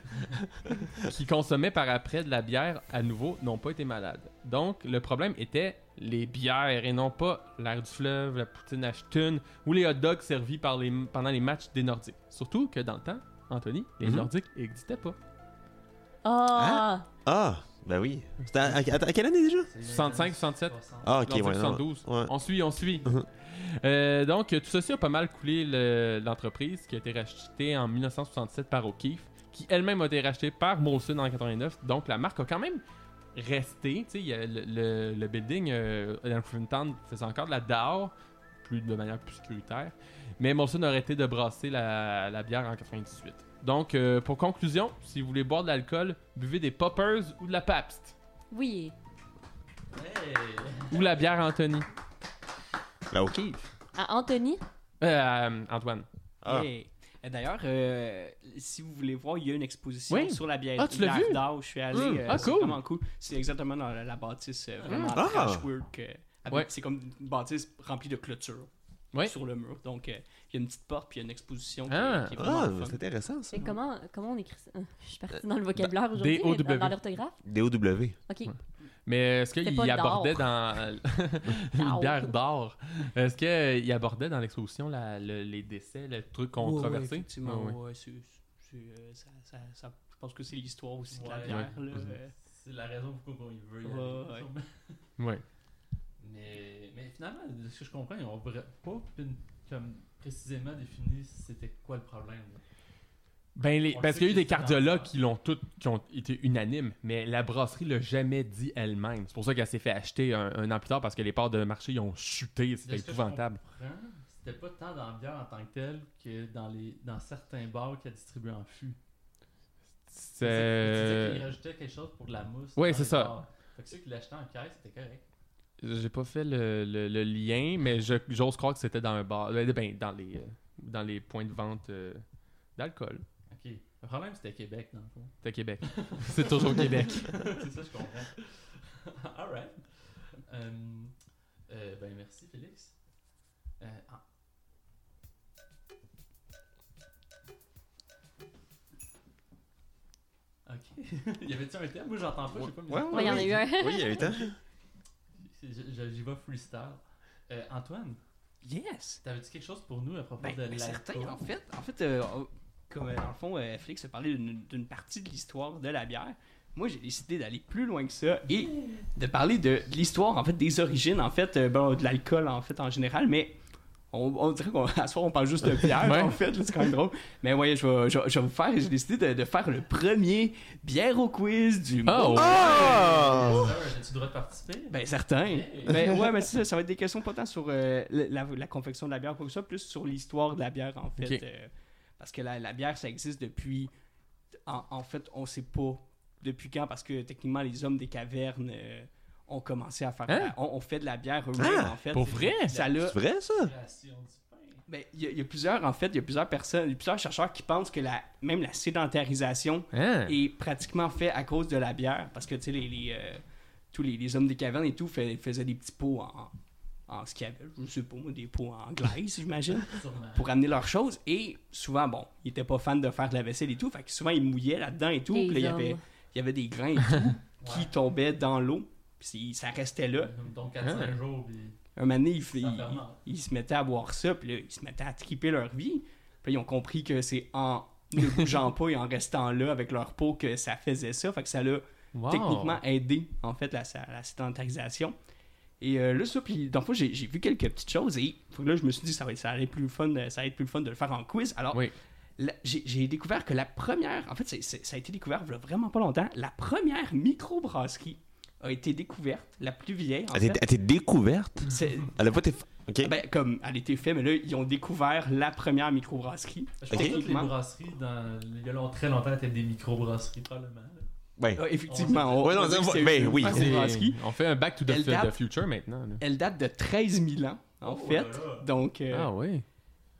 qui consommaient par après de la bière à nouveau n'ont pas été malades. Donc le problème était les bières et non pas l'air du fleuve, la poutine Ashton ou les hot dogs servis par les, pendant les matchs des Nordiques. Surtout que dans le temps, Anthony, les
Mhm.
Nordiques n'existaient pas.
Ah!
ah, ben oui. C'était à, à- à quelle année déjà?
C'est
65, 67.
60.
Ah, ok,
Nordiques
ouais, non.
72.
Ouais.
On suit, on suit.
Mhm.
Euh, donc, tout ceci a pas mal coulé le- l'entreprise qui a été rachetée en 1967 par O'Keefe, qui elle-même a été rachetée par Molson en 89. Donc, la marque a quand même resté. Tu sais, il y a le, le- le building euh, dans Town faisait encore de la DAO, plus, de manière plus sécuritaire. Mais Molson a arrêté de brasser la, la bière en 98. Donc, euh, pour conclusion, si vous voulez boire de l'alcool, buvez des poppers ou de la Pabst.
Oui.
Hey!
Ou la bière Anthony. Ben,
Là, ok.
À Anthony?
Euh, Antoine.
Ah.
Yeah. Et D'ailleurs, euh, si vous voulez voir, il y a une exposition
Oui.
sur la bière.
Ah, tu l'as
bière
vu?
d'or, je suis allé.
Mm.
euh,
Ah,
c'est
cool.
vraiment cool. C'est exactement dans la, la bâtisse euh, vraiment
Ah.
trash work, euh, avec-
Ouais.
C'est comme une bâtisse remplie de clôtures
Ouais.
sur le mur. Donc, euh, il y a une petite porte puis il y a une exposition qui-
Ah.
qui, est vraiment
Ah,
le fun.
c'est intéressant ça.
Mais comment, comment on écrit ça? Euh, Je suis partie dans le vocabulaire aujourd'hui,
D-O-W.
mais dans, dans l'orthographe.
DOW.
OK.
Mais est-ce
C'était
qu'il
pas d'or.
abordait dans une
D'or.
bière d'or Est-ce qu'il abordait dans l'exposition la- le- les décès, le truc
Ouais, ouais,
controversé
effectivement,
Ah, ouais.
ouais, c'est- c'est, euh, ça- ça- ça- je pense que c'est l'histoire aussi de la
Ouais.
bière. là,
Mhm.
euh,
C'est la raison pour laquelle il veut y
Ouais,
aller,
ouais.
sûrement.
Ouais.
Mais, mais finalement, de ce que je comprends, ils ont vra- pas pin- comme précisément défini c'était quoi le problème.
Ben, les-
On le
parce
sait
qu'il y a eu
que
des
c'est dans le
cardiologues
sang.
qui l'ont toutes, qui ont été unanimes, mais la brasserie l'a jamais dit elle-même. C'est pour ça qu'elle s'est fait acheter un, un an plus tard parce que les parts de marché ils ont chuté,
De
c'était
ce que je
épouvantable.
comprends, C'était pas tant dans la bière en tant que telle que dans, les, dans certains bars qui distribuaient en fût. Tu disais
C'est
qu'ils rajoutaient quelque chose pour de la mousse.
Ouais,
dans
c'est
les
ça.
bars. Fait que ceux qui l'achetaient en caisse, c'était correct.
euh, j'ai pas fait le, le- le lien, mais je- j'ose croire que c'était dans un bar, euh, ben, dans les euh, dans les points de vente euh, d'alcool.
Ok. Le problème, c'était Québec, dans le fond.
C'était Québec. C'est toujours Québec.
c'est ça, je comprends. Alright. Euh, euh, ben, merci, Félix. Euh, ah. Ok. y avait-tu un thème? Moi, j'entends pas, j'ai pas mis
Ouais,
Ouais, il y en a eu un.
Oui, il y a eu tant.
Je- je- J'y vais freestyle. Euh, Antoine,
Yes!
t'avais-tu quelque chose pour nous à propos
Ben,
de
ben,
la.
certains, en fait. En fait, euh, on- comme euh, dans le fond, euh, Félix a parlé d'une d'une partie de l'histoire de la bière. Moi, j'ai décidé d'aller plus loin que ça et de parler de de l'histoire, en fait, des origines, en fait, euh, bon, de l'alcool, en fait, en général, mais on, on dirait qu'à soir, on parle juste de bière,
Ouais.
en fait, là, c'est quand même drôle. Mais ouais, je vais, je, je vais vous faire, j'ai décidé de, de faire le premier bière au quiz du
Oh!
monde.
Ah!
As-tu le droit de participer?
Ben, certain.
Hey.
ben, ouais, mais c'est ça, ça va être des questions pas tant sur euh, le- la, la confection de la bière, comme ça, plus sur l'histoire de la bière, en fait.
Ok.
euh, parce que la, la bière, ça existe depuis. En, en fait, on sait pas depuis quand, parce que techniquement, les hommes des cavernes euh, ont commencé à faire.
Hein?
on, on fait de la bière eux-mêmes,
Ah,
en fait.
Pour vrai?
Ça l'a-
C'est vrai ça?
Création du pain.
ben, il y, a- il y a plusieurs, en fait, il y a plusieurs personnes, il y a plusieurs chercheurs qui pensent que la, même la sédentarisation
Hein?
est pratiquement fait à cause de la bière. Parce que, tu sais, les, les, euh, tous les, les hommes des cavernes et tout fais- faisaient des petits pots en, en ce qu'il y avait, je sais pas, moi, des pots en glace, j'imagine,
Sûrement.
pour amener leurs choses. Et souvent, bon, ils étaient pas fans de faire de la vaisselle et tout, fait que souvent, ils mouillaient là-dedans et tout.
Les
Puis là, il y avait,
hommes.
il y avait des grains et tout
Ouais.
qui tombaient dans l'eau. Puis c'est- ça restait là.
Donc,
Hein?
4-5 jours, puis
Un moment donné, ils, f-
Ça
ils-
fermente.
ils se mettaient à boire ça, puis là, ils se mettaient à triper leur vie. Puis là, ils ont compris que c'est en ne bougeant pas et en restant là avec leur peau que ça faisait ça. Fait que ça l'a
Wow.
techniquement aider en fait la, sa- la sédentarisation. Et euh, là, ça, puis dans le fond, j'ai j'ai vu quelques petites choses et faut que là, je me suis dit, ça va être, ça allait être plus fun, euh, ça allait être plus fun de le faire en quiz. Alors,
Ah, Oui.
la- j'ai j'ai découvert que la première, en fait, c'est- c'est- ça a été découvert il y a vraiment pas longtemps, la première microbrasserie a été découverte, la plus vieille, en
Elle était-
fait.
elle était découverte.
C'est-
Elle a pas été. f- Ah Ok.
ben, comme elle était faite, mais là, ils ont découvert la première microbrasserie.
Je pense
Ok.
que toutes les brasseries, dans, il y a longtemps, très longtemps, étaient des micro-brasseries, probablement. là.
Ouais.
Ah, effectivement,
Ouais, non,
dit
c'est-
que c'est
ben
une
oui.
Ah,
Ah,
microbrasserie.
c'est- on fait un back to the,
Elle date.
the future maintenant. là.
Elle date de 13 000 ans, en
Oh
fait.
là là.
Donc, euh,
Ah oui.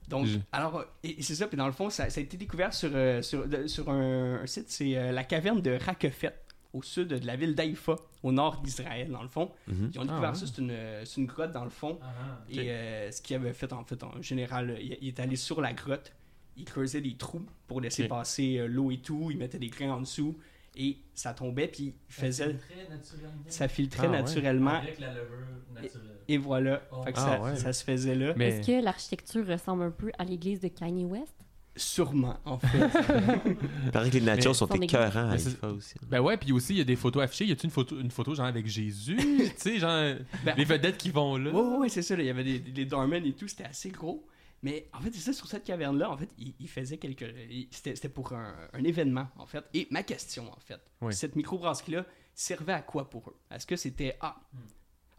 Donc,
Je-
alors, euh, et, et c'est ça, puis dans le fond, ça, ça a été découvert sur, euh, sur, de- sur un, un site, c'est euh, la caverne de Rakefet, au sud de la ville d'Aïfa, au nord d'Israël, dans le fond.
Mhm.
Ils ont découvert
Ah, ouais.
ça, c'est une, euh, c'est une grotte, dans le fond.
Ah, ah.
Et euh, ce qu'il avait fait, en fait, en général, euh, il, il est allé sur la grotte, il creusait des trous pour laisser
Ok.
passer euh, l'eau et tout, il mettait des grains en dessous, et ça tombait, puis il faisait,
Très naturellement.
ça filtrait
Ah, ouais.
naturellement,
Avec la levure naturelle.
et voilà.
Oh.
Fait que
Ah,
ça,
ouais.
ça se faisait là.
Mais
Est-ce que l'architecture ressemble un peu à l'église de Kanye West?
Sûrement, en fait.
Il paraît que les natures
Mais-
sont
Son église.
écœurants à
Mais c'est-
Haïfa aussi.
ben ouais, puis aussi il y a des photos affichées. Y a-tu une photo, une photo genre avec Jésus, tu sais, genre
Ben,
les vedettes qui vont là.
Ouais, ouais, ouais, c'est ça. là, Il y avait des, les Dormen et tout, c'était assez gros. Mais en fait, c'est ça, sur cette caverne-là, en fait, il, il faisait quelque. il- C'était c'était pour un, un événement, en fait. Et ma question, en fait,
Oui.
cette microbrasserie-là servait à quoi pour eux Est-ce que c'était A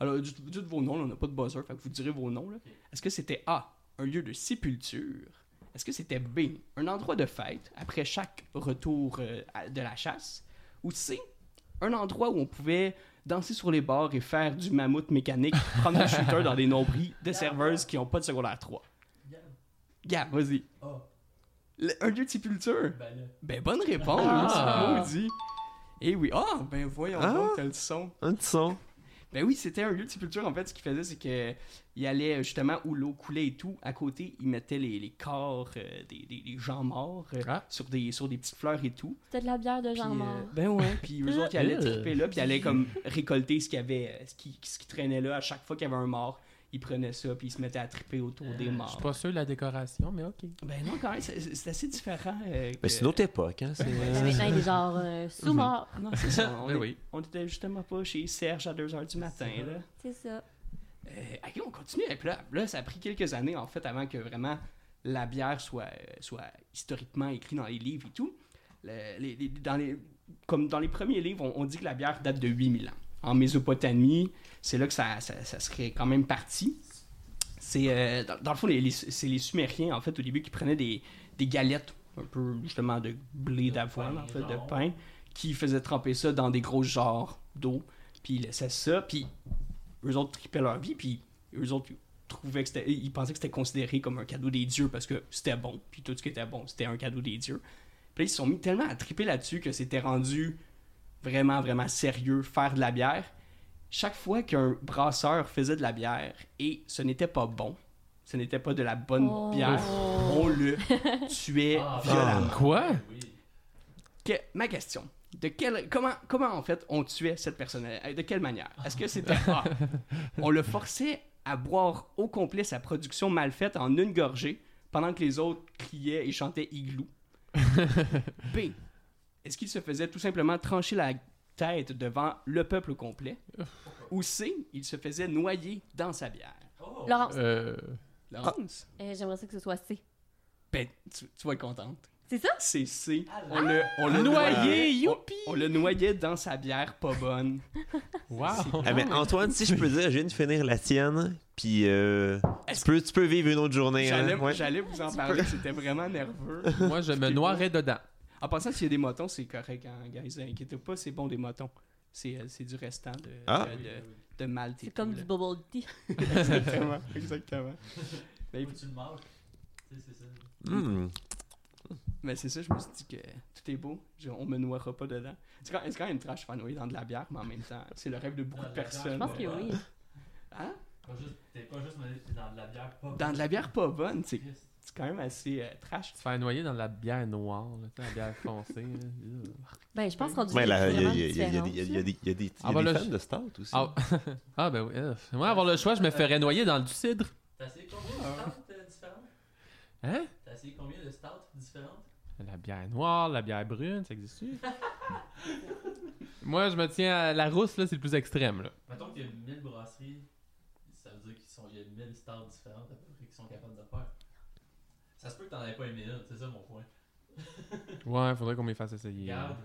Alors, dites, dites vos noms, là, on n'a pas de buzzer, fait que vous direz vos noms. là. Est-ce que c'était A, un lieu de sépulture Est-ce que c'était B, un endroit de fête après chaque retour euh, à- de la chasse Ou C, un endroit où on pouvait danser sur les bars et faire du mammouth mécanique, prendre un shooter dans des nombris de serveuses qui n'ont pas de secondaire 3.
Regarde.
Gars, vas-y.
Oh,
Le- un lieu de sépulture.
ben là.
Ben, bonne réponse,
Ah.
maudit. Eh oui, ah, ben voyons
Ah.
donc, t'as le son.
Un petit son.
Ben oui, c'était un lieu de sépulture, en fait, ce qu'il faisait, c'est que il allait euh, justement où l'eau coulait et tout, à côté, il mettait les, les corps euh, des, des- des gens morts euh,
Ah.
sur, des, sur des petites fleurs et tout.
C'était de la bière de
Puis,
jean
euh, ben ouais, puis eux autres, ils allaient triper là, puis ils allaient comme récolter ce qu'il y avait, euh, ce qui, ce qui traînait là à chaque fois qu'il y avait un mort. Ils prenaient ça, puis ils se mettaient à triper autour des
Je
morts.
suis pas sûr de la décoration, mais ok.
Ben non, quand même, c'est- c'est c'est assez différent. euh, que-
Mais c'est une autre époque, hein. c'est-
Maintenant, il est genre euh, sous-mort.
Non, c'est ça. On,
Ben
est-
oui.
on était justement pas chez Serge à 2h du matin,
ça.
là.
C'est ça.
Euh, ok, on continue. Et puis là, là, ça a pris quelques années, en fait, avant que vraiment la bière soit, euh, soit historiquement écrite dans les livres et tout. Le- les- les- dans les, comme dans les premiers livres, on, on dit que la bière date de 8000 ans. En Mésopotamie, c'est là que ça, ça- ça serait quand même parti. C'est, euh, dans, dans le fond, les- les- c'est les Sumériens, en fait, au début, qui prenaient des, des galettes, un peu justement de blé
De
d'avoine,
pain,
en fait, de
genre.
pain, qui faisaient tremper ça dans des gros genres d'eau, puis ils laissaient ça, puis eux autres tripaient leur vie, puis eux autres ils trouvaient que c'était, ils pensaient que c'était considéré comme un cadeau des dieux parce que c'était bon, puis tout ce qui était bon, c'était un cadeau des dieux. Puis là, ils se sont mis tellement à triper là-dessus que c'était rendu vraiment, vraiment sérieux faire de la bière. Chaque fois qu'un brasseur faisait de la bière et ce n'était pas bon, ce n'était pas de la bonne
Oh.
bière, on le tuait
Ah,
violemment.
Ah.
Quoi?
Oui.
Que- ma question. De quelle, comment, comment en fait on tuait cette personne Euh, De quelle manière Est-ce que c'était A, on le forçait à boire au complet sa production mal faite en une gorgée pendant que les autres criaient et chantaient igloo B, est-ce qu'il se faisait tout simplement trancher la tête devant le peuple au complet Ou C, il se faisait noyer dans sa bière
Oh,
Laurence,
Euh,
Laurence,
euh, j'aimerais ça que ce soit C.
ben, tu, tu vas être contente.
C'est ça?
C'est C.
Ah,
On Ah, le, on le
noyé,
noyait.
youpi!
On le noyait dans sa bière pas bonne.
Wow!
Ah, mais Antoine, si je peux dire, je viens de finir la tienne, puis euh, tu,
Est-ce-
peux, tu peux vivre une autre journée. hein,
J'allais
ouais.
j'allais vous en parler, c'était vraiment nerveux.
Moi, je me noierais dedans.
En passant, s'il y a des motons, c'est correct, hein, guys. Inquiétez pas, c'est bon des motons. C'est euh, c'est du restant de,
Ah.
de,
oui,
de,
oui.
de Malte. et
C'est
tout,
comme
là.
du bubble tea.
Exactement, exactement. Ben,
Faut que tu le manges. Tu sais, c'est ça.
Hmm.
Mais c'est ça, je me suis dit que tout est beau, je- on me noiera pas dedans. C'est quand, c'est quand même trash de faire noyer dans de la bière, mais en même temps, c'est le rêve de beaucoup
Dans
de
la bière,
Euh, Je
personnes.
pense que oui.
Hein?
Pas juste- T'es pas juste noyé, t'es dans de la bière pas
Dans de la bière pas bonne, c'est
triste.
c'est quand même assez euh, trash.
Se faire noyer dans la bière noire, là, tu sais, la bière foncée. là. Ugh.
Ben, je pense qu'on dit
Ouais, là, il y a-
vraiment
il y a- il y a- il y a des-
différentes,
il y a- il y a
là.
des- il y a des
Ah, bah là,
fans
je-
de Stout aussi.
Ah, ah, ben oui. euh, Moi, avoir le choix, je me ferais noyer dans du cidre.
T'as essayé combien de
Ah.
stouts euh, différentes?
Hein?
T'as essayé combien de stouts différentes?
La bière noire, la bière brune, ça existe-tu? Moi, je me tiens à la rousse, là, c'est le plus extrême, là.
Mettons qu'il y a 1000 brasseries sont, il y a 1000 stars différentes à peu près qui sont capables de faire. Ça se peut que t'en aies pas aimé une, c'est ça mon point.
Ouais, faudrait qu'on me les fasse
euh,
essayer.
Regarde,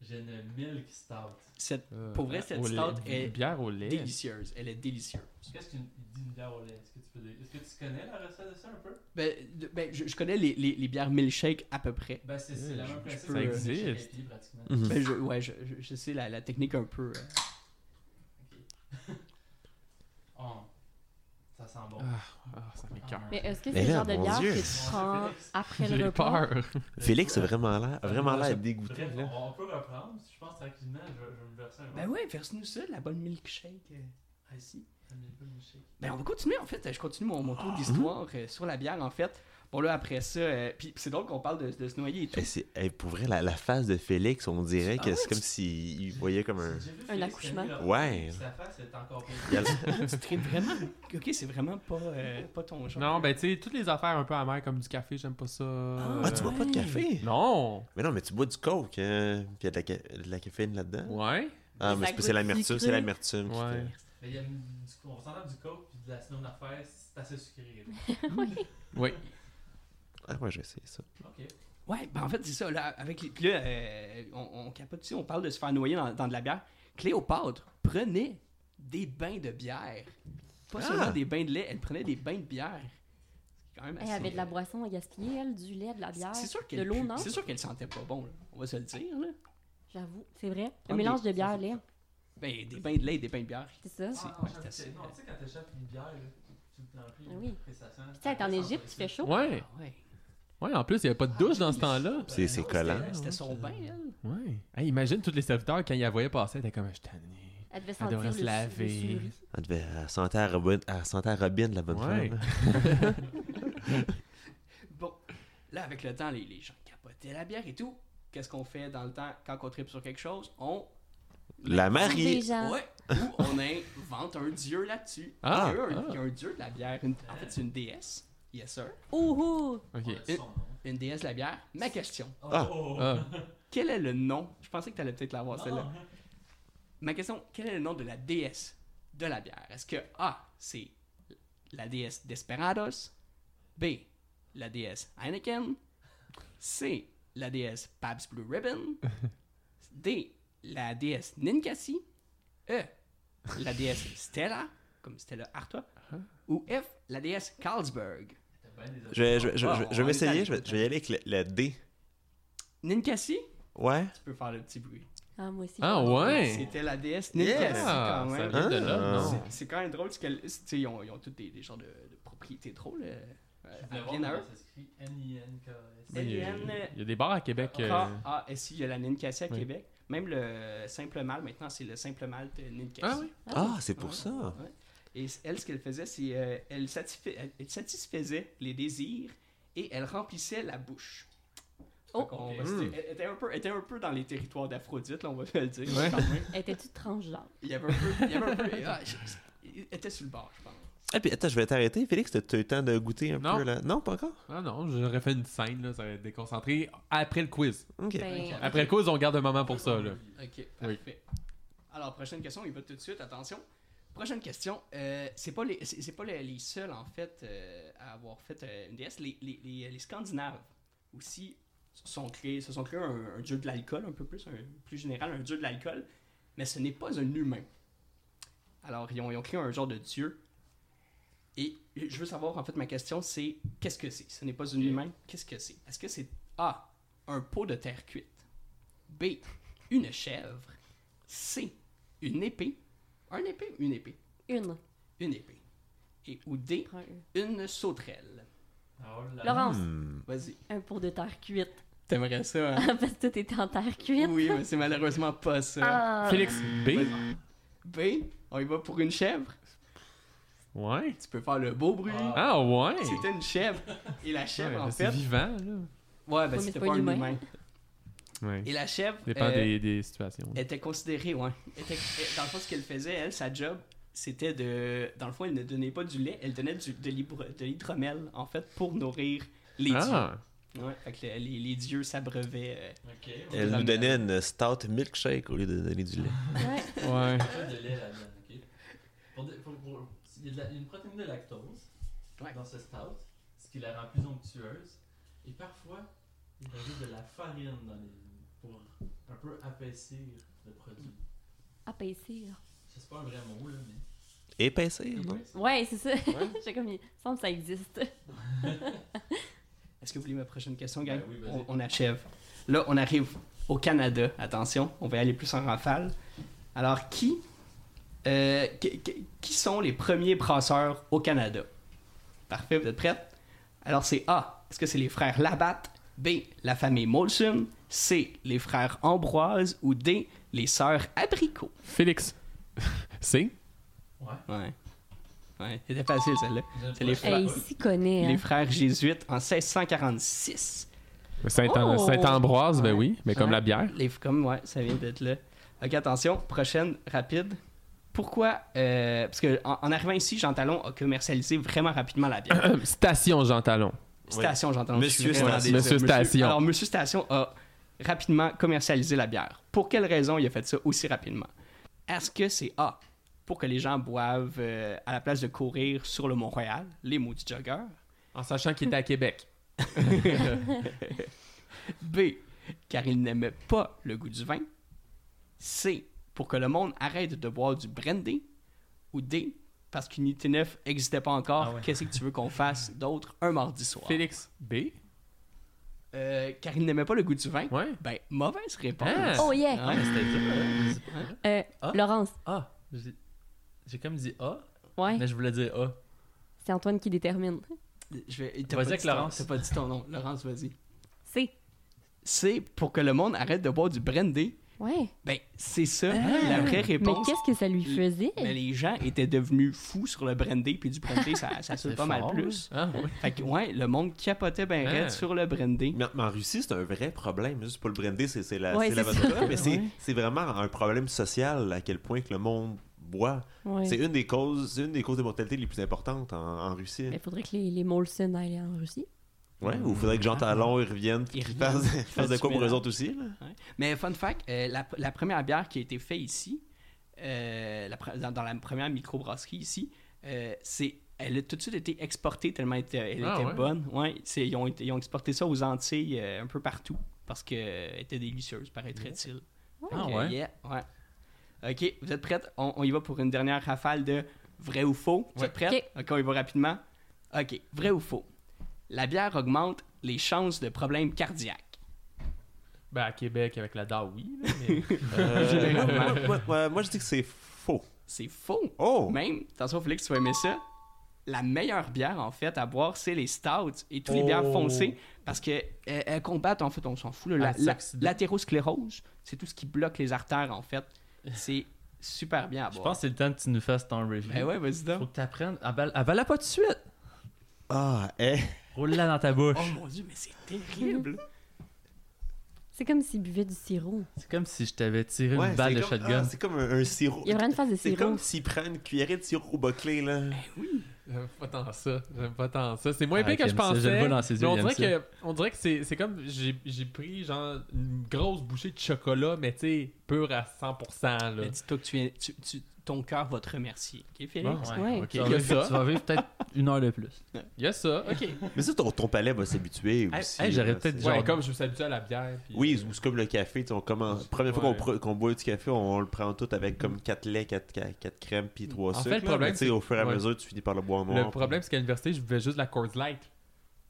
j'ai une milk stout.
Cette-
Euh,
Pour vrai,
ah,
cette
au lait.
stout est
bière au lait.
délicieuse. Elle est délicieuse.
Qu'est-ce qu'une une bière au lait Est-ce que tu peux dire- Est-ce que tu connais la recette de ça un peu
Ben, de- ben, je, je connais les, les, les bières milkshake à peu près.
Ben c'est c'est
Euh,
la
je-
même
je
principe. que
peux- Ça
une milkshake
existe.
happy, pratiquement.
Mhm.
Ben, je, ouais, je, je- je sais la, la technique un peu. euh,
Ok. Oh, ça sent bon.
Ah, ah, ça m'écoeure.
Mais est-ce que
Mais
c'est le
là,
genre de
mon
bière
Dieu.
que tu prends après le
J'ai
repas?
peur.
Félix a vraiment l'air a Ah, vraiment l'air dégoûté.
Bref,
Là.
on peut reprendre. Je pense tranquillement, je vais, je vais me verser un
Ben ouais, verse-nous ça, la bonne milkshake. euh, ici.
Un petit peu de milkshake.
Ben, on va continuer, en fait. Je continue mon, mon tour
Ah.
d'histoire euh, sur la bière, en fait. Bon, là, après ça, euh, puis puis c'est drôle qu'on parle de, de se noyer et tout.
Eh, c'est- eh, pour vrai, la, la face de Félix, on dirait
Ah
que
ouais,
c'est
tu-
comme s'il il voyait comme un.
J'ai vu Félix
accouchement.
qui a mis leur-
Ouais.
Sa face est encore plus.
Il a-
tu tripes vraiment. Ok, c'est vraiment pas, euh, pas ton genre.
Non, ben tu sais, toutes les affaires un peu amères comme du café, j'aime pas ça.
Ah, tu
Euh,
bois pas de café?
Non!
Mais non, mais tu bois du coke, hein? Puis il y a de la, ca- de la caféine là-dedans.
Ouais?
Ah,
Mais
mais
ça
c'est parce que c'est
goûte
l'amertume,
sucré.
c'est l'amertume. qui
Ouais.
Mais il y a du, on s'entend du coke puis de la snow d'affaires, c'est assez sucré. là.
Oui.
fait- Ah, ouais, j'ai essayé ça.
Ok.
Ouais, ben en fait, c'est ça. Là, avec les- puis là, euh, on, on capote ici, on parle de se faire noyer dans, dans de la bière. Cléopâtre prenait des bains de bière. Pas
Ah!
seulement des bains de lait, elle prenait des bains de bière. C'est quand même
Elle
assez-
avait de la boisson à gaspiller, elle, du lait, de la bière,
C'est sûr
de
qu'elle
l'eau,
pu-
non?
C'est sûr qu'elle sentait pas bon, là. on va se le dire. Là.
J'avoue, c'est vrai. Un
Prendre
mélange
des-
de bière, lait,
Ben, des bains de lait et des bains de bière.
c'est ça?
C'est-
Ah,
ouais,
non, j'avoue,
c'est
c'est-
assez-
non, tu sais, quand t'échappes une bière, là, tu le prends plus,
Ah oui.
puis ça sent-
Puis tu sais, être en Égypte, il fait chaud.
Ouais.
Ah ouais.
Ouais, en plus, il y avait pas de douche
Ah,
dans ce temps-là.
C'est- c'est
Non,
collant,
c'était- C'était
ouais,
son
c'est-
bain, hein. elle.
Ouais. Hey, imagine tous les serviteurs, quand ils la voyaient passer, étaient comme, je suis tanné.
Elle devait
Elle
sentir
devrait
le
se
su- le
laver.
souris.
Elle devait elle sentait à Robin, elle sentait à Robin, la bonne
Ouais.
femme.
Bon, là, avec le temps, les, les gens capotaient la bière et tout. Qu'est-ce qu'on fait dans le temps quand on tripe sur quelque chose? On
La
Des
Marie!
gens.
Ouais, ou on invente un dieu là-dessus.
Ah,
il, y a un,
ah.
il y a un dieu de la bière. une- en fait, c'est une déesse. Yes, sir.
Ouhou!
Ok.
On a
Et-
Ah, son nom.
Une déesse de la bière. Ma question.
Oh,
Ah.
oh, oh.
Ah,
Quel est le nom Je pensais que tu allais peut-être l'avoir,
Non,
celle-là.
non, hein.
Ma question. Quel est le nom de la déesse de la bière Est-ce que A, c'est la déesse Desperados B, la déesse Heineken C, la déesse Pabst Blue Ribbon D, la déesse Ninkasi E, la déesse Stella, comme Stella Artois Ou F, la déesse Carlsberg
oh. T'as bien des
Je vais, je, vais- je,
Ah,
je- je
on
vais
est allé.
m'essayer, je, vais- je vais y aller avec le, le D.
Ninkasi
Ouais?
Tu peux faire le petit bruit.
Ah, moi aussi.
Ah, ouais!
C'était la déesse
Yeah.
Ninkasi
Ah,
quand
ça
même.
vient de là,
Ah.
non?
C'est- C'est quand même drôle parce qu'ils ils ont, ils ont tous des, des genres de, de propriétés drôles. Euh,
Je
euh,
voulais voir
bien à
comment
eux.
ça s'écrit. N-I-N-K-S.
Ouais, Il y, a-
Alien.
il y a des bars à Québec. euh,
Ah, ah, si, il y a la Ninkasi à
Oui.
Québec. Même le simple mal, maintenant, c'est le simple mal de Ninkasi.
Ah oui?
Ah, c'est
Ouais,
pour ça.
ouais. Et elle, ce qu'elle faisait, c'est euh, elle, satisfait- elle- elle satisfaisait les désirs et elle remplissait la bouche.
Oh.
Fait qu'on
Ok.
restait-
Hmm.
elle, était un peu, elle était un peu dans les territoires d'Aphrodite, là, on va le dire.
Ouais.
quand même.
Étais-tu transgenre?
Il y avait un peu. Il y avait un peu ah, je- elle était sur le bord, je pense.
Ah, puis attends, je vais t'arrêter, Félix, t'as t'as eu le temps de goûter un
Non.
peu là. Non, pas encore?
Ah non, j'aurais fait une scène, là, ça aurait déconcentré après le quiz.
Ok.
Ben,
Après le quiz, on garde un
Ah, oh
moment pour ça, là.
Ok, parfait. Alors, prochaine question, il va tout de suite, attention. Prochaine question, euh, c'est pas les, c'est c'est pas les, les seuls en fait euh, à avoir fait euh, une DS. Les, les, les, les Scandinaves aussi se sont créés, se sont créés un, un dieu de l'alcool un peu plus, un, plus général, un dieu de l'alcool, mais ce n'est pas un humain. Alors ils ont, ils ont créé un genre de dieu. Et je veux savoir en fait ma question, c'est qu'est-ce que c'est Ce n'est pas un humain. Qu'est-ce que c'est Est-ce que c'est A un pot de terre cuite, B une chèvre. C. Une épée. Un épée une épée?
une.
Une épée. Et ou D.
Prends un.
Une sauterelle.
Ah, oh là là.
Laurence,
Hmm.
Vas-y.
un pot de terre cuite.
T'aimerais ça, hein?
Ah, Parce que tout était en terre cuite.
oui, mais c'est malheureusement pas ça.
Ah.
Félix B.
B. On y va pour une chèvre.
Ouais.
Tu peux faire le beau bruit.
Ah.
Ah ouais!
C'était une chèvre. Et la
Ouais,
chèvre,
ben,
en
c'est
fait.
vivant, là.
mais
Ouais, ben
c'est
c'était
pas
pas un
humain.
humain.
Ouais.
Et la chèvre.
Dépend
euh,
des, des situations. là.
était considérée, ouais. Était- euh, dans le fond, ce qu'elle faisait, elle, sa job, c'était de. Dans le fond, elle ne donnait pas du lait, elle donnait du, de l'hydro- de l'hydromel, en fait, pour nourrir les
Ah!
dieux. Ouais, fait que le- les, les dieux s'abreuvaient. euh,
Ok.
Elle
la
nous
mienne.
donnait une stout milkshake au lieu de donner du lait.
Ouais.
Ouais.
Il y a de lait là-dedans, ok. Pour, des- pour- pour- il il y a de la- il y a une protéine de lactose
Ouais.
dans ce stout, ce qui la rend plus onctueuse. Et parfois, il y a de la farine dans les pour un peu épaissir le produit.
Ah, Apaisir.
C'est pas un vrai mot, là, mais.
Épaissir, non?
Épaissir.
Ouais, c'est ça.
Ouais.
J'ai comme, il semble que ça existe.
Est-ce que vous voulez ma prochaine question, gang?
Ben oui, vas-y.
on, on achève. Là, on arrive au Canada. Attention, on va y aller plus en rafale. Alors, qui, euh, qui, qui- qui sont les premiers brasseurs au Canada? Parfait, vous êtes prêts? Alors, c'est A. Est-ce que c'est les frères Labatt? B. La famille Molson? C. Les frères Ambroise? Ou D. Les sœurs Abricot?
Félix. C'est
Ouais.
Ouais. Ouais, c'était facile celle-là.
J'aime pas
C'est les
ça.
frères.
Hey, il s'y connaît.
Les
hein.
frères jésuites en 1646.
Saint-An-
Oh!
Saint-Ambroise, ben oui, mais comme
Ouais.
la bière.
Les, comme, ouais, ça vient d'être là. Ok, attention, prochaine, rapide. Pourquoi euh, Parce que en, en arrivant ici, Jean Talon a commercialisé vraiment rapidement la bière.
Station Jean Talon.
Station Jean Talon.
Monsieur
je suis vraiment
Station.
désolé.
Monsieur Station.
Alors, Monsieur Station a rapidement commercialisé la bière. Pour quelle raison il a fait ça aussi rapidement Est-ce que c'est A pour que les gens boivent euh, à la place de courir sur le Mont-Royal, les maudits joggeurs
En sachant qu'il était à Québec.
B. Car il n'aimait pas le goût du vin. C. Pour que le monde arrête de boire du brandy. Ou D. Parce qu'une unité 9 n'existait pas encore.
Ah ouais.
Qu'est-ce que tu veux qu'on fasse d'autre un mardi soir?
Félix B.
Euh, car il n'aimait pas le goût du vin.
Ouais.
Ben, mauvaise réponse.
Ah.
Oh yeah!
Ouais.
Euh,
Ah.
Laurence,
Ah, j'ai j'ai comme dit A,
ouais,
mais je voulais dire A.
c'est Antoine qui détermine.
Je vais- t'as
Vas-y
pas
avec
dit ton-
Laurence.
T'as pas dit ton nom. Laurence, vas-y.
C'est.
C'est pour que le monde arrête de boire du brandy.
Ouais.
Ben, c'est ça, la vraie
Ah. Mais
réponse.
qu'est-ce que ça lui faisait?
Mais les gens étaient devenus fous sur le brandy, puis du brandy, ça, ça saoule pas mal plus.
hein?
Ah, oui.
Fait que, ouais, le monde capotait ben
Ah.
raide sur le brandy.
Mais, mais en Russie, c'est un vrai problème. C'est pas le brandy, c'est c'est la,
Ouais,
c'est la
c'est
vodka,
ça.
mais c'est
Ouais.
c'est vraiment un problème social à quel point que le monde boit.
Ouais.
C'est une des causes, c'est une des causes de mortalité les plus importantes en, en Russie.
Il faudrait que les, les Molson aillent en Russie.
Ouais, ou faudrait que Jean Talon ils reviennent puis
Ils
qu'ils
reviennent.
fassent, qu'ils fassent de
du
quoi pour
mélange.
eux autres aussi. là.
Ouais. Mais fun fact, euh, la, la première bière qui a été faite ici, euh, la pre- dans, dans la première microbrasserie ici, euh, c'est elle a tout de suite été exportée tellement elle était, elle
Ah
était
ouais?
bonne. Ouais, c'est- ils, ont, été- ils ont exporté ça aux Antilles euh, un peu partout parce qu'elle était délicieuse, paraîtrait-il.
Ah
Fait que,
ouais?
yeah, ouais. Ok, vous êtes prêts? On, on y va pour une dernière rafale de vrai ou faux. Vous
Ouais.
êtes prêts? Ok, on y va rapidement. Ok, vrai ou faux? La bière augmente les chances de problèmes cardiaques.
Ben, à Québec, avec la DA, oui. là, mais-
Euh, moi, moi- moi- moi- moi, je dis que c'est faux.
C'est faux!
Oh!
Même, attention Félix, tu vas aimer ça. La meilleure bière, en fait, à boire, c'est les stouts et toutes les bières
Oh.
foncées parce que euh, elles combattent, en fait, on s'en fout, là, la-
Ah,
la-
s'oxyder.
l'athérosclérose. C'est tout ce qui bloque les artères, en fait. C'est super bien à
Je
boire.
pense que c'est le temps que tu nous fasses ton review.
Ben ouais, vas-y donc.
Faut que t'apprennes. Avale, avale pas tout de suite.
Ah, eh!
Roule-la dans ta bouche.
Oh mon dieu, mais c'est terrible!
C'est comme s'il buvait du sirop.
C'est comme si je t'avais tiré
Ouais,
une balle
c'est
de
comme-
shotgun.
ah, c'est comme un, un sirop.
Il y a vraiment une phase de
C'est
sirop.
comme s'il prend une cuillerée de sirop bâclé, là.
J'aime pas tant ça. J'aime pas tant ça. C'est moins
Ah,
pire que
j'aime
je
ça.
pensais.
Je le vois dans ses yeux,
mais on
il aime
dirait que on dirait que c'est c'est comme j'ai j'ai pris genre une grosse bouchée de chocolat mais tu sais pur à 100% là.
Mais dis-toi que tu viens- tu- tu- ton cœur va te remercier. Ok, Félix?
Bon,
Ouais.
OK,
Tu
il
vas
y a
vivre-
ça.
Tu vas vivre peut-être une heure de plus.
Il y a ça. OK.
Mais ça, ton, ton palais va s'habituer
Hey,
aussi.
hey,
là,
j'aurais peut-être
c'est-
Genre-
Ouais, comme je suis habitué à la bière puis euh,
Oui, ou c'est comme le café, tu sais, on commence. Première fois
Ouais.
qu'on pre- qu'on boit du café, on le prend tout avec comme 4 laits, 4, crèmes, puis 3
En
sucres.
fait, le
là,
problème,
mais tu sais, au fur et à
Ouais.
mesure, tu finis par le boire noir.
le problème c'est qu'à l'université, je buvais juste de la Coors Light.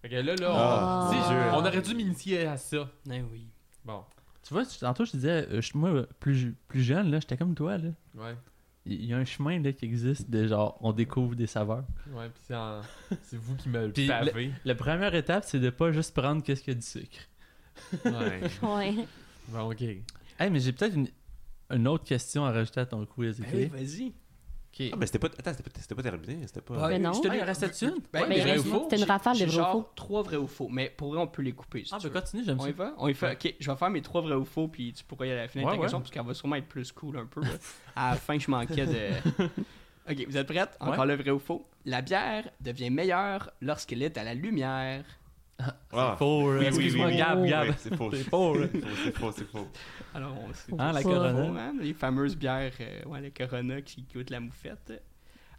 Fait que là là
Ah,
on, tu sais,
mon Dieu.
on aurait dû m'initier à ça.
Eh oui.
Bon,
Tu vois, tu- tantôt, je te disais, euh, je- moi, euh, plus, je- plus jeune, là, j'étais comme toi, là.
ouais.
Il il y a un chemin là, qui existe de genre, on découvre des saveurs.
Ouais, puis c'est en- c'est vous qui me
Puis
pavez.
La première étape, c'est de pas juste prendre qu'est-ce qu'il y a du sucre.
Ouais.
Ouais.
Bon, OK.
Hey, mais j'ai peut-être une, une autre question à rajouter à ton quiz, ok?
Ben oui, vas-y.
Ok.
Ah, mais c'était pas, attends, c'était pas, c'était pas terminé. C'était pas.
Mais non.
Je te
Ah,
l'ai-
il en restait une?
Ben,
Ouais,
Mais
des vrais ou
reste-
faux?
c'était une rafale de
J'ai
vrais ou faux.
genre trois vrais ou faux, mais pour vrai, on peut les couper. Si
Ah,
tu
ben
veux.
continue, j'aime
On
ça.
y va? On y fait? Ok, je vais faire mes trois vrais ou faux, puis tu pourras y aller à la fin de
Ouais,
ta question,
ouais.
parce qu'elle va sûrement être plus cool un peu. là. À la fin, je manquais de... Ok, vous êtes prêtes? Encore
Ouais.
le vrai ou faux. La bière devient meilleure lorsqu'elle est à la lumière.
Ah,
Faux, là.
oui, oui,
euh, Excuse-moi,
oui, oui.
Gab,
oui.
Gab.
Ouais, c'est faux.
C'est euh, faux, là.
C'est faux, c'est faux, c'est faux.
Alors, on sait
Hein, la
Faux.
pas,
Corona.
hein, les fameuses bières, euh, ouais, la Corona qui goûte la moufette.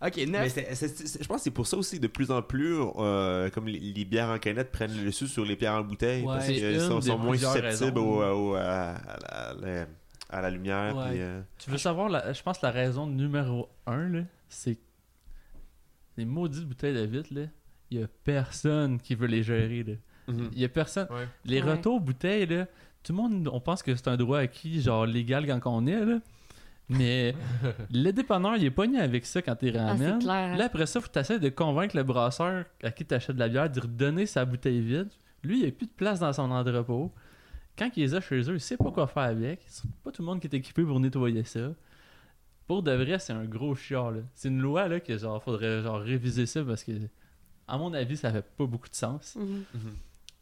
Ok,
Mais
9.
c'est- c'est- c'est- je pense que c'est pour ça aussi, de plus en plus, euh, comme les, les bières en canette prennent le dessus sur les bières en bouteille,
Ouais,
parce
c'est
qu'elles
une
sont,
des
sont moins
plusieurs
susceptibles
raisons.
au- au- à, à la- à la, à la lumière.
Ouais.
puis, euh,
Tu veux savoir, la- je pense, la raison numéro 1, là, c'est les maudites bouteilles de vitre, là. Il y a personne qui veut les gérer, là.
mhm.
Il y a personne.
Ouais.
Les
Ouais.
retours bouteilles, là, tout le monde, on pense que c'est un droit acquis, genre légal quand on est, là. Mais le dépanneur, il est pogné avec ça quand il
Ah, c'est
ramène.
clair.
Là, après ça, faut que t'essaies de convaincre le brasseur à qui t'achètes de la bière d'y redonner sa bouteille vide. Lui, il a plus de place dans son entrepôt. Quand il les a chez eux, il sait pas quoi faire avec. C'est pas tout le monde qui est équipé pour nettoyer ça. Pour de vrai, c'est un gros chiard, là. C'est une loi, là, que genre, faudrait genre réviser ça parce que, à mon avis, ça fait pas beaucoup de sens.
Mhm.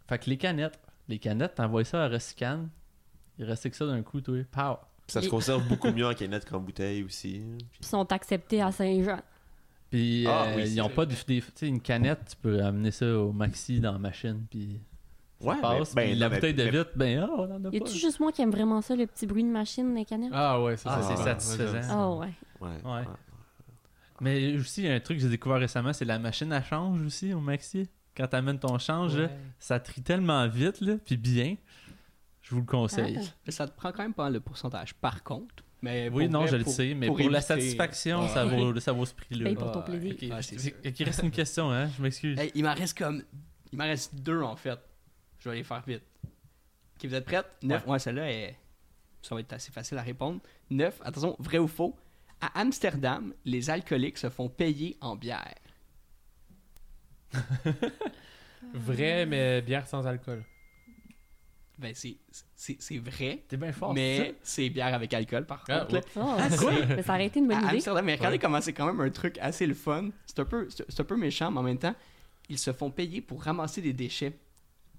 Fait que les canettes, les canettes, t'envoies ça à Rescan. Il restait que ça d'un coup, toi. Pow!
Puis ça se
Et-
conserve beaucoup mieux en canette qu'en bouteille aussi.
Ils sont acceptés à Saint-Jean.
Puis
Ah,
euh,
oui,
ils ont
c'est
pas de, des- tu sais, une canette, tu peux amener ça au maxi dans la machine, puis ça
Ouais,
passe.
mais- ben,
puis la
non, mais-
bouteille de
mais-
vitre, ben ah, on en a
Y
pas.
a-tu juste moi qui aime vraiment ça, le petit bruit de machine dans les canettes?
Ah ouais, ça,
Ah,
c'est
satisfaisant.
ça.
Ah ouais.
Ouais.
Ouais. Mais aussi, un truc que j'ai découvert récemment, c'est la machine à change aussi au maxi. Quand t'amènes ton change, là, ça trie tellement vite, là, puis bien. Je vous le conseille.
Ah.
Ça te prend quand même pas le pourcentage, par contre. Mais
oui,
pour
non,
vrai,
je le
pour-
sais, mais pour,
pour
la
éviter- euh,
satisfaction,
Ouais.
ça, vaut, ça vaut ce prix-là.
Paye pour ton
Ah,
plaisir.
ok,
Ok,
c'est sûr.
c'est- il reste une question, hein, je m'excuse.
Hey, il m'en reste comme. Il m'en reste deux en fait. Je vais les faire vite. Ok, vous êtes prêtes? Neuf. Ouais, celle-là, est... ça va être assez facile à répondre. Neuf, attention, vrai ou faux? À Amsterdam, les alcooliques se font payer en bière.
Vrai, mais bière sans alcool.
Ben, c'est- c'est c'est vrai,
T'es bien fort,
mais c'est bière avec alcool par
Ah,
contre. là.
Oh, mais ça aurait été une bonne
à
idée.
Ah, Amsterdam, mais regardez
Ouais.
comment c'est quand même un truc assez le fun. C'est un, peu, c'est c'est un peu méchant, mais en même temps, ils se font payer pour ramasser des déchets.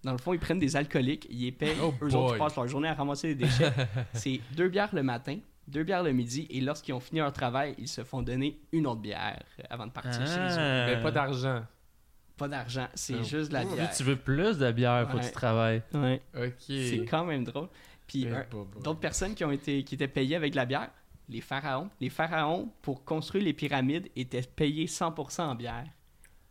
Dans le fond, ils prennent des alcooliques, ils les payent.
Oh
eux autres,
boy.
ils passent leur journée à ramasser des déchets. c'est deux bières le matin, deux bières le midi, et lorsqu'ils ont fini leur travail, ils se font donner une autre bière avant de partir chez eux.
Ah.
Mais pas d'argent.
Pas d'argent, c'est
Oh.
juste de la
Là,
bière.
tu veux plus de bière pour
Ouais.
tu travailles.
Ouais,
Ok.
C'est quand Ben, même drôle. Puis,
Eh,
un-
bah, bah.
D'autres personnes qui ont été qui étaient payées avec de la bière, les pharaons. Les pharaons, pour construire les pyramides, étaient payés 100% en bière.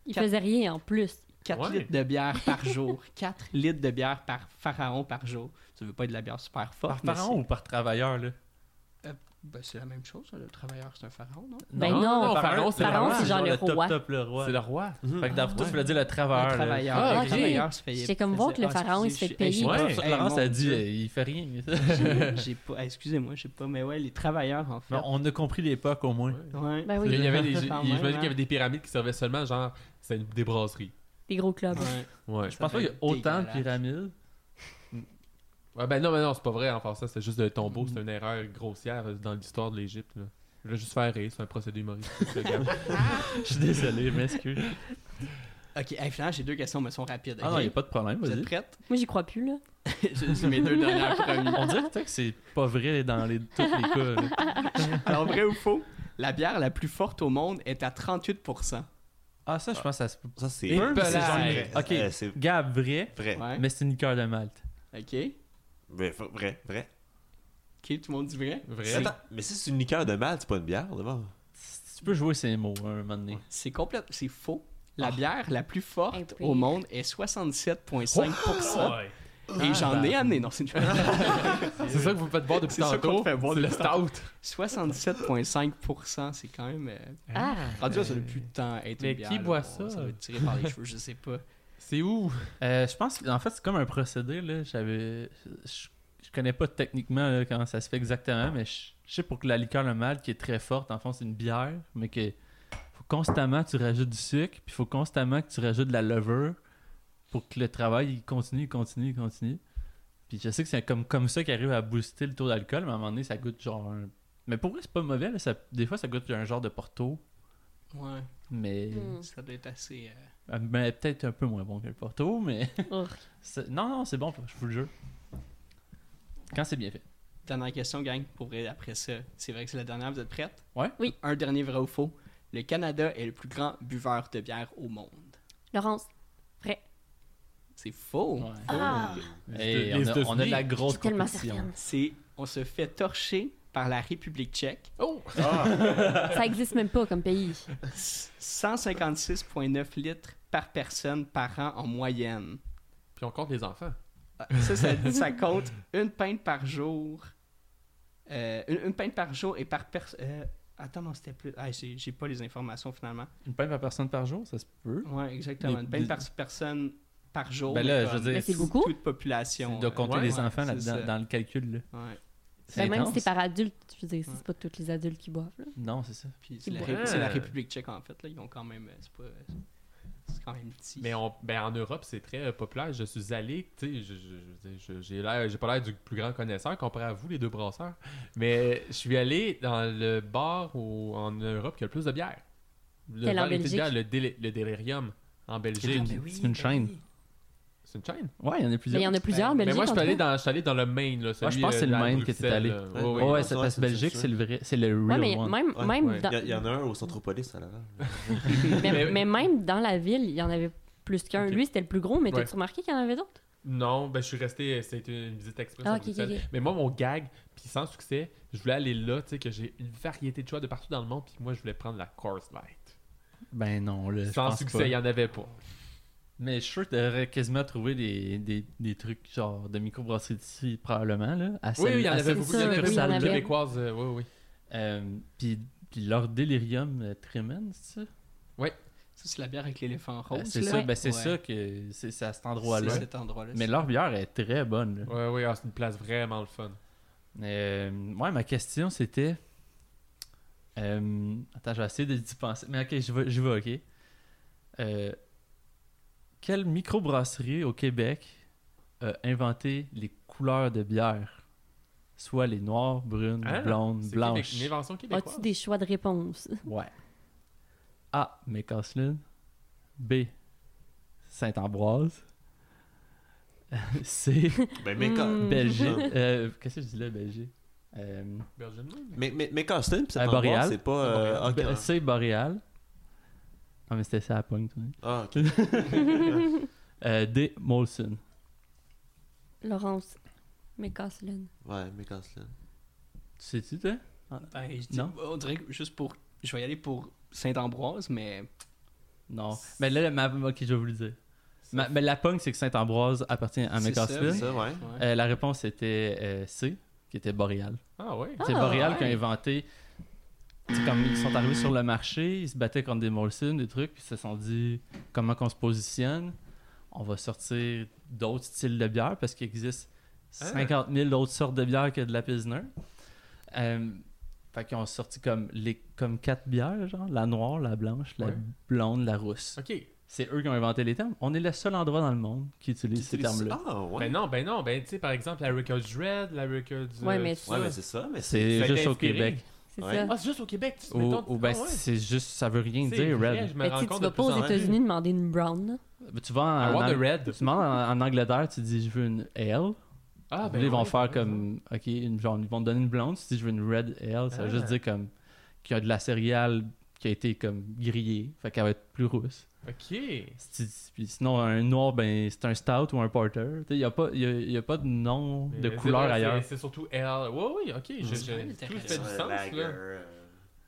Il
Quatre-
faisait rien en plus.
4
Ouais.
litres de bière par jour. 4 litres de bière par pharaon par jour. Ça veut pas être de la bière super
Par
forte. mais
parent ou par travailleur, là?
c'est- ben, c'est la même chose. Le travailleur, c'est un pharaon, non?
Ben non,
le pharaon, c'est le
pharaon,
roi.
c'est genre le roi.
Top, top, le roi.
C'est le roi.
Fait que d'abord,
Ah, ouais.
tu voulais dire le travailleur.
le
là.
travailleur.
Ah,
le
ok.
travailleur se fait...
J'étais comme voir que le
faisait-
pharayon, il se fait
excusez, je-
payer.
Ouais,
hey,
ça,
je-
Laurence
hey,
a
mon
dit,
Dieu.
euh, il fait rien. mais ça.
J'ai- J'ai pas... hey, Excusez-moi, je sais pas, mais ouais, les travailleurs, en fait.
Mais on a compris l'époque au moins.
Ouais.
Ben
Il
oui,
y avait des,
Quand
il-
même,
j'imagine
hein.
qu'il y avait des pyramides qui servaient seulement, genre, c'était une- des brasseries.
des gros clubs.
Ouais.
Ouais.
Ben, Je pense pas qu'il y a autant de pyramides.
Ouais, ben non, mais non, c'est pas vrai, en fait, ça, c'est juste le tombeau, c'est une erreur grossière euh, dans l'histoire de l'Égypte. là. Je voulais juste faire rire, c'est un procédé humoristique. le gars.
Je suis désolé, je m'excuse.
Ok, hey, finalement, j'ai deux questions, mais elles sont rapides.
Ah non,
ok?
il a pas de problème,
Vous êtes
vas-y.
prêtes?
Moi, j'y crois plus, là.
C'est mes deux dernières premières.
On dirait peut-être que c'est pas vrai dans les, tous les cas. là.
Alors, vrai ou faux, la bière la plus forte au monde est à 38%.
Ah, ça, je pense que ça se peut.
Ça, c'est
Et
vrai.
peu, c'est genre
Épelage.
une- Ok,
Euh, c'est
Gab, vrai,
vrai.
Ouais.
mais c'est une cœur de Malte.
OK.
Mais fa- vrai, vrai.
OK, tout le monde dit vrai.
Vrai.
Attends, mais si c'est une liqueur de mal, c'est pas une bière, d'abord.
Tu peux jouer ces mots hein, un moment donné.
C'est complète, c'est faux. La bière la plus forte
Et puis-
au monde est 67,5%. Et j'en ai amené, non, c'est une
C'est ça que vous me faites boire depuis
C'est ça qu'on
tantôt.
te fait boire
C'est le
depuis tantôt.
stout.
67,5%, c'est quand même. euh,
Ah!
Rendu là, ça depuis le temps être une
mais
bière,
qui
là,
boit
on-
ça?
Ça va être tiré par les cheveux, je sais pas.
C'est où?
Euh, je pense qu'en fait, c'est comme un procédé. Là. J'avais... Je, je connais pas techniquement là, comment ça se fait exactement, mais je, je sais pour que la liqueur le mal qui est très forte, en fond, c'est une bière, mais que faut constamment que tu rajoutes du sucre, puis faut constamment que tu rajoutes de la levure pour que le travail il continue, il continue, il continue. Puis je sais que c'est comme, comme ça qu'ils arrivent à booster le taux d'alcool, mais à un moment donné, ça goûte genre un- Mais pour vrai, c'est pas mauvais. là, ça- Des fois, ça goûte un genre de porto,
Ouais,
mais...
Mm.
Hmm.
ça doit être assez. euh,
Euh, ben, peut-être un peu moins bon que le Porto, mais.
Oh.
C'est- non, non, c'est bon, je vous le jure. Quand c'est bien fait.
Dernière question, gang, pour vrai, après ça. C'est vrai que c'est la dernière, vous êtes prêtes?
Ouais.
Oui.
Un dernier vrai ou faux. Le Canada est le plus grand buveur de bière au monde.
Laurence,
C'est faux.
Ouais.
Ah.
Hey, on, a, on a de la grosse
je suis tellement
compétition.
certaine.
C'est on se fait torcher par la République tchèque.
Oh!
Ça existe même pas comme pays.
156,9 litres par personne par an en moyenne. Ah,
Puis on compte les enfants.
Ça, ça, ça compte une pinte par jour. Euh, une, une pinte par jour et par personne. attends, non, c'était plus. Ah, j'ai j'ai pas les informations finalement.
Une peine par personne par jour, ça se peut.
Ouais, exactement.
Mais
Une pinte
de-
par personne par jour.
Ben là, je veux
comme
dire,
Mais c'est
c'est-
beaucoup.
Toute population.
Tu dois
euh,
compter
ouais,
les
ouais,
enfants
c'est
là-dedans,
ça.
dans le calcul. Là.
Ouais.
Ben, même si
intense.
c'est par adulte, je veux dire,
Ouais.
c'est pas toutes les adultes qui boivent. là.
Non, c'est ça.
Puis c'est la,
Ouais.
Ré- c'est la République tchèque en fait. Là. Ils ont quand même. euh, C'est pas. C'est quand même petit.
Mais on, ben en Europe, c'est très euh, populaire. Je suis allé, tu sais, je- je- je veux dire, je- j'ai l'air- j'ai pas l'air du plus grand connaisseur comparé à vous, les deux brasseurs. Mais je suis allé dans le bar au- en Europe qui a le plus de bière. Le
Quel en
bar était de
Belgique?
bière, le, délé- le Delirium en Belgique.
Ah, ben oui, c'est une chaîne.
C'est une chaîne.
Ouais, il y en a
Mais
plusieurs.
il y en a plusieurs en
Mais
Belgique.
ben, moi, je suis
en
allé
tout cas.
dans, je suis allé dans le Maine. Là, euh,
Ouais, je pense que c'est le Maine que t'es allé.
Oui,
Ouais,
Ouais,
ouais,
c'est
ouais,
parce que
c'est
Belgique,
ça.
c'est le vrai, c'est le
Ouais,
real
mais
one.
même,
Ouais,
même
ouais.
dans,
Il y, en a un au Centropolis à Laval.
mais,
Mais-
mais même dans la ville, il y en avait plus qu'un.
Ok.
Lui, c'était le plus gros, mais
Ouais.
t'as-tu remarqué qu'il y en avait d'autres?
Non, ben je suis resté, c'était une visite express
Ah,
à
ok, ok,
Bruxelles.
ok.
Mais moi, mon gag, puis sans succès, je voulais aller là, tu sais, que j'ai une variété de choix de partout dans le monde, puis moi, je voulais prendre la Coors Light.
Ben non, là, je
sans
pense pas.
succès, il n'y en avait pas.
Mais je suis sûr que t'aurais quasiment trouvé des, des, des trucs genre de microbrasserie d'ici, probablement, là. à
Oui,
celle-
oui, il y en
à
avait
celle-
beaucoup.
ça,
Il y en avait
oui, il y en
beaucoup de
avait.
québécoises, euh, oui, oui.
Euh, puis, puis leur délirium euh, Tremen, c'est ça?
Ça, c'est la bière avec l'éléphant rose.
Euh, c'est
là.
ça, ben c'est
Ouais.
ça que c'est c'est à cet
C'est
endroit-là.
cet endroit-là.
Mais leur bière est très bonne. là.
Oui, oui, ah, c'est une place vraiment le fun.
Euh, ouais, ma question c'était. Euh, attends, je vais essayer de d'y penser. Mais ok, je vais, je vais ok. Euh, quelle microbrasserie au Québec a inventé les couleurs de bière Soit les noires, brunes,
Hein?
blondes,
C'est
blanches.
Québec- une invention québécoise.
As-tu des choix de réponse?
Ouais. A. McCaslin. B. Saint-Ambroise. C.
Ben, mais quand. Ah.
Hmm.
Belgique. Euh, Qu'est-ce que je dis là, Belgique Euh,
Virgin Moon?
Mais, mais, mais Costin, pis
À
ça t'en
Boréal.
voir, c'est pas. euh,
B-
ok, hein.
C. Boréal. Ah, mais c'était ça à pogne, toi.
Ah, ok. Ah,
Euh, D. Molson.
Laurence McCaslin.
Ouais, mais
Hein?
Costin.
Tu sais-tu, toi
Ben, je dis-
Non?
On dirait que juste pour. Je vais y aller pour Saint-Ambroise, mais.
Non. Mais là, ma... ok, je vais vous le dire. Ma- Mais la pogne, c'est que Saint-Ambroise appartient à
C'est ça,
McCaslin.
Ça, ouais.
Ouais.
Euh, la réponse était euh, C, qui était Boréal.
Ah, oui.
C'est
Ah,
Boreal qui a
ouais.
inventé. C'est comme ils sont arrivés sur le marché, ils se battaient contre des Molson, des trucs, puis ils se sont dit comment qu'on se positionne. On va sortir d'autres styles de bière parce qu'il existe
Ah.
50 000 autres sortes de bières que de la Pilsner. Euh, fait qu'ils ont sorti comme, les, comme quatre bières, genre la noire, la blanche, la
Ouais.
blonde, la rousse.
OK.
C'est eux qui ont inventé les termes. On est le seul endroit dans le monde qui utilise ces termes-là.
Ah, ouais.
Ben non, ben non, ben tu sais, par exemple, la Records Red, la Records.
Ouais, mais
Ouais, mais c'est ça. Mais
C'est
Ah, Ça a été
juste au
inspiré.
Québec.
C'est
Ouais.
ça.
Ah, c'est juste au Québec, tu te
Ou,
mettons-
ou ben,
ah, ouais.
c'est juste, ça veut rien
C'est
dire,
vrai,
Red.
Je me
Mais tu
rends
sais, tu
compte
vas
de
pas
plus en
aux
plus.
États-Unis demander une brown. là.
Ben, tu vas en,
I
en
want the
Ang-
red.
tu demandes en, en Angleterre, tu dis je veux une ale.
Ah,
Là, ils vont
ouais,
faire
t'as raison.
comme OK, une, genre ils vont te donner une blonde, tu dis je veux une red ale, ça
Ah.
veut juste dire comme qu'il y a de la céréale qui a été comme grillée, fait qu'elle va être plus rousse.
OK.
Si tu- puis sinon un noir ben c'est un stout ou un porter, Tu sais, il y a pas il y a- il y a pas de nom de
Mais
couleur
c'est-
ailleurs.
C'est c'est surtout L. Oui, oui, ok. Je, je,
Ouais,
tout fait
intéressant.
du sens, là.
euh,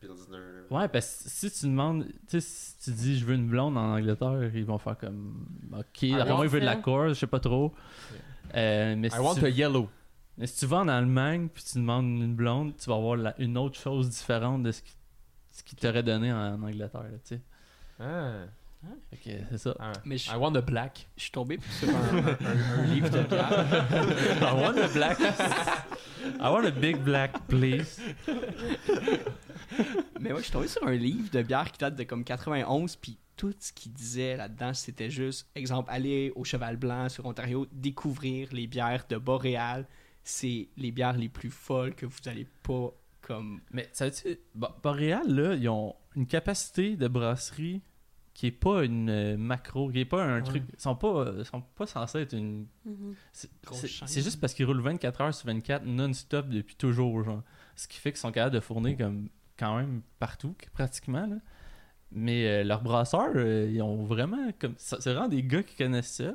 Pilsner.
Ouais, parce que si tu demandes, tu sais, si tu dis je veux une blonde en Angleterre, ils vont faire comme OK,
want-
apparemment ils veulent de la course, je sais pas trop. Euh, mais si
I want
tu-
a yellow.
Mais si tu vas en Allemagne puis tu demandes une blonde, tu vas avoir la- une autre chose différente de ce qui, ce qui t'aurait donné en, en Angleterre, là, tu sais.
Ah.
Fait que c'est ça.
Ah.
Mais je
I want a black.
je suis tombé sur un, un- un livre de bière.
I want a black. I want a big black, please.
Mais ouais, je suis tombé sur un livre de bière qui date de comme 91, puis tout ce qu'il disait là-dedans, c'était juste, exemple, aller au Cheval Blanc sur Ontario, découvrir les bières de Boréal. C'est les bières les plus folles que vous allez pas comme.
Mais savais-tu, Bo- Euh, bah, Boréal, là, ils ont une capacité de brasserie qui est pas une euh, macro, qui est pas un truc. Ils sont pas, euh, sont pas censés être une.
Mhm.
c'est-
Grosse
C'est
chaîne.
c'est juste parce qu'ils roulent 24 heures sur 24 non-stop depuis toujours, genre. Ce qui fait qu'ils sont capables de fournir comme quand même partout, qu- pratiquement. Là. Mais euh, leurs brasseurs, euh, ils ont vraiment comme. ça- C'est vraiment des gars qui connaissent ça.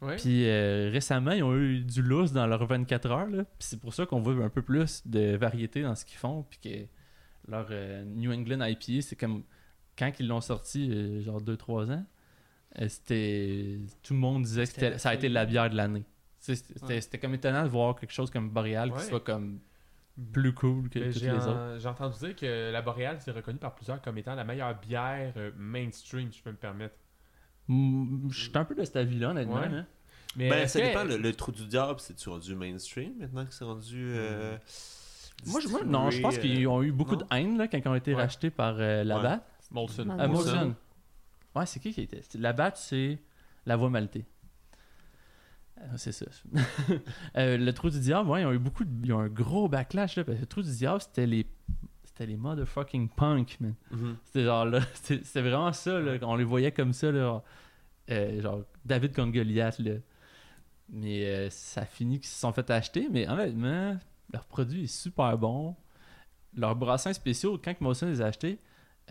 Ouais.
Puis euh, récemment, ils ont eu du lousse dans leurs 24 heures. là. Puis c'est pour ça qu'on veut un peu plus de variété dans ce qu'ils font. Puis que leur euh, New England IPA, c'est comme quand ils l'ont sorti, euh, genre 2-3 ans, euh, c'était. Tout le monde disait que
C'était
c'était- ça a été la bière de l'année. Tu sais, C'était
Ouais.
c'était comme étonnant de voir quelque chose comme Boreal
Ouais.
qui soit comme plus cool que
Mais
toutes
Ben, J'ai
les
en-
autres.
j'ai entendu dire que la Boréale s'est reconnue par plusieurs comme étant la meilleure bière euh, mainstream, si je peux me permettre.
Mm, Je suis un peu de cet avis-là, honnêtement.
Ouais.
là.
Mais
Ben,
est-ce
ça
que-
dépend. Le, le trou du diable, c'est-tu rendu mainstream maintenant que c'est rendu. euh,
Moi, je, moi,
distribué,
non, je pense
euh,
qu'ils ont eu beaucoup
non?
de haine là, quand ils ont été
Ouais.
rachetés par euh, Labatt.
Molson.
Ah,
Ah,
Molson.
Molson. Ouais, c'est qui qui était c'est- Labatt, c'est la voix maltée. Ah, C'est ça. Euh, le trou du diable, ouais, ils ont eu beaucoup de... Ils ont un gros backlash, là, parce que le trou du diable, c'était les... C'était les motherfucking punk, man.
mhm.
C'était genre là, c'était c'était vraiment ça, là. On les voyait comme ça, là. Euh, genre David contre Goliath, là. Mais euh, ça finit qu'ils se sont fait acheter, mais honnêtement, leur produit est super bon. Leurs brassins spéciaux, quand que Molson les a achetés,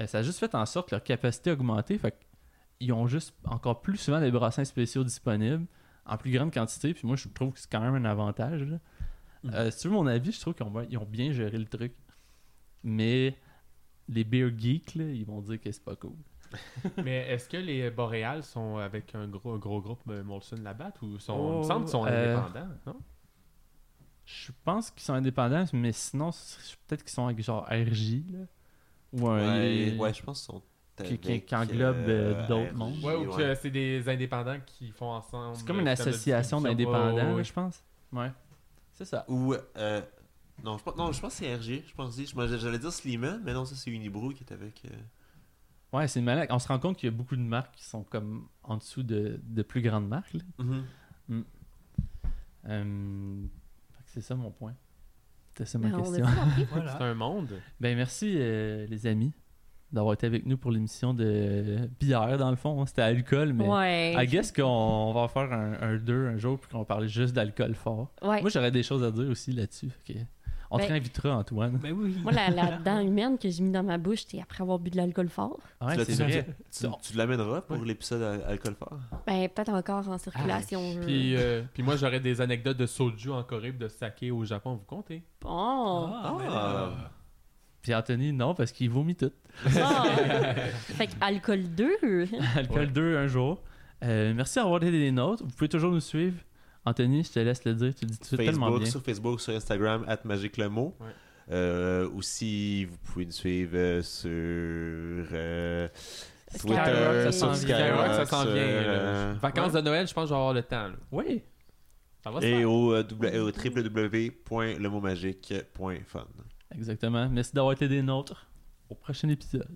euh, ça a juste fait en sorte que leur capacité a augmenté. Fait qu'ils ont juste encore plus souvent des brassins spéciaux disponibles en plus grande quantité. Puis moi, je trouve que c'est quand même un avantage. là. Euh, si tu veux mon avis, je trouve qu'ils ont, bien- ils ont bien géré le truc. Mais les beer geeks, là, ils vont dire que c'est pas cool.
Mais est-ce que les Boréales sont avec un gros, un gros groupe euh, Molson Labatt ou sont,
Oh,
il me semble qu'ils sont
euh,
indépendants, non?
Je pense qu'ils sont indépendants, mais sinon, c'est- peut-être qu'ils sont avec genre RJ, là. Ou un.
Ouais,
il-
ouais, je pense qu'ils sont.
Qui- qui-
avec,
qui englobe, euh, d'autres
RJ,
mondes.
Ouais, ou
ouais.
que c'est des indépendants qui font ensemble.
C'est comme une
euh, système de
association
distribution. Ouais,
d'indépendants,
ouais,
là,
ouais.
je pense. Ouais. C'est ça.
Ou. euh, non, je pense, non, je pense que c'est RG. Je pense je m'en- j'allais dire Slimane, mais non, ça c'est Unibrew qui est avec. euh,
Ouais, c'est malade. On se rend compte qu'il y a beaucoup de marques qui sont comme en dessous de, de plus grandes marques. là.
mhm.
Euh, fait que C'est ça mon point. C'était ça ma
Ben, on a
question.
tout appris.
Voilà.
C'est un monde.
Ben merci euh, les amis d'avoir été avec nous pour l'émission de bière dans le fond. hein. C'était alcool, mais
Ouais.
I guess qu'on on va en faire un, un deux un jour puis qu'on va parler juste d'alcool fort.
Ouais.
Moi j'aurais des choses à dire aussi là-dessus. fait que On te
Ben-
réinvitera Antoine.
Ben oui.
Moi, la, la dent humaine que j'ai mis dans ma bouche, c'était après avoir bu de l'alcool fort.
Ouais,
l'as-tu
c'est vrai.
Tu, tu l'amèneras pour l'épisode à- alcool fort.
Ben, peut-être encore en circulation. je-
Puis, euh, puis moi, j'aurais des anecdotes de soju en Corée, de saké au Japon, vous comptez?
Bon.
Ah.
Puis Anthony non parce qu'il vomit tout.
Ah. fait que alcool 2.
Alcool 2 un jour. Euh, merci d'avoir été des nôtres. Vous pouvez toujours nous suivre. Anthony, je te laisse le dire. Tu le dis tout tellement
Facebook,
bien.
sur Facebook, sur Instagram, at Magique le mot.
Ouais.
Euh, aussi, vous pouvez nous suivre euh, sur euh,
Skyrock,
Twitter,
ça
Euh, sur
s'en vient.
Skyrock,
ça s'en
sur,
vient.
euh,
là. Vacances de Noël, je pense que je vais avoir le temps. là.
Oui.
Ça va se
et
faire.
au, euh, double- et au www.lemomagique.fun.
Exactement. Merci d'avoir été des nôtres. Au prochain épisode.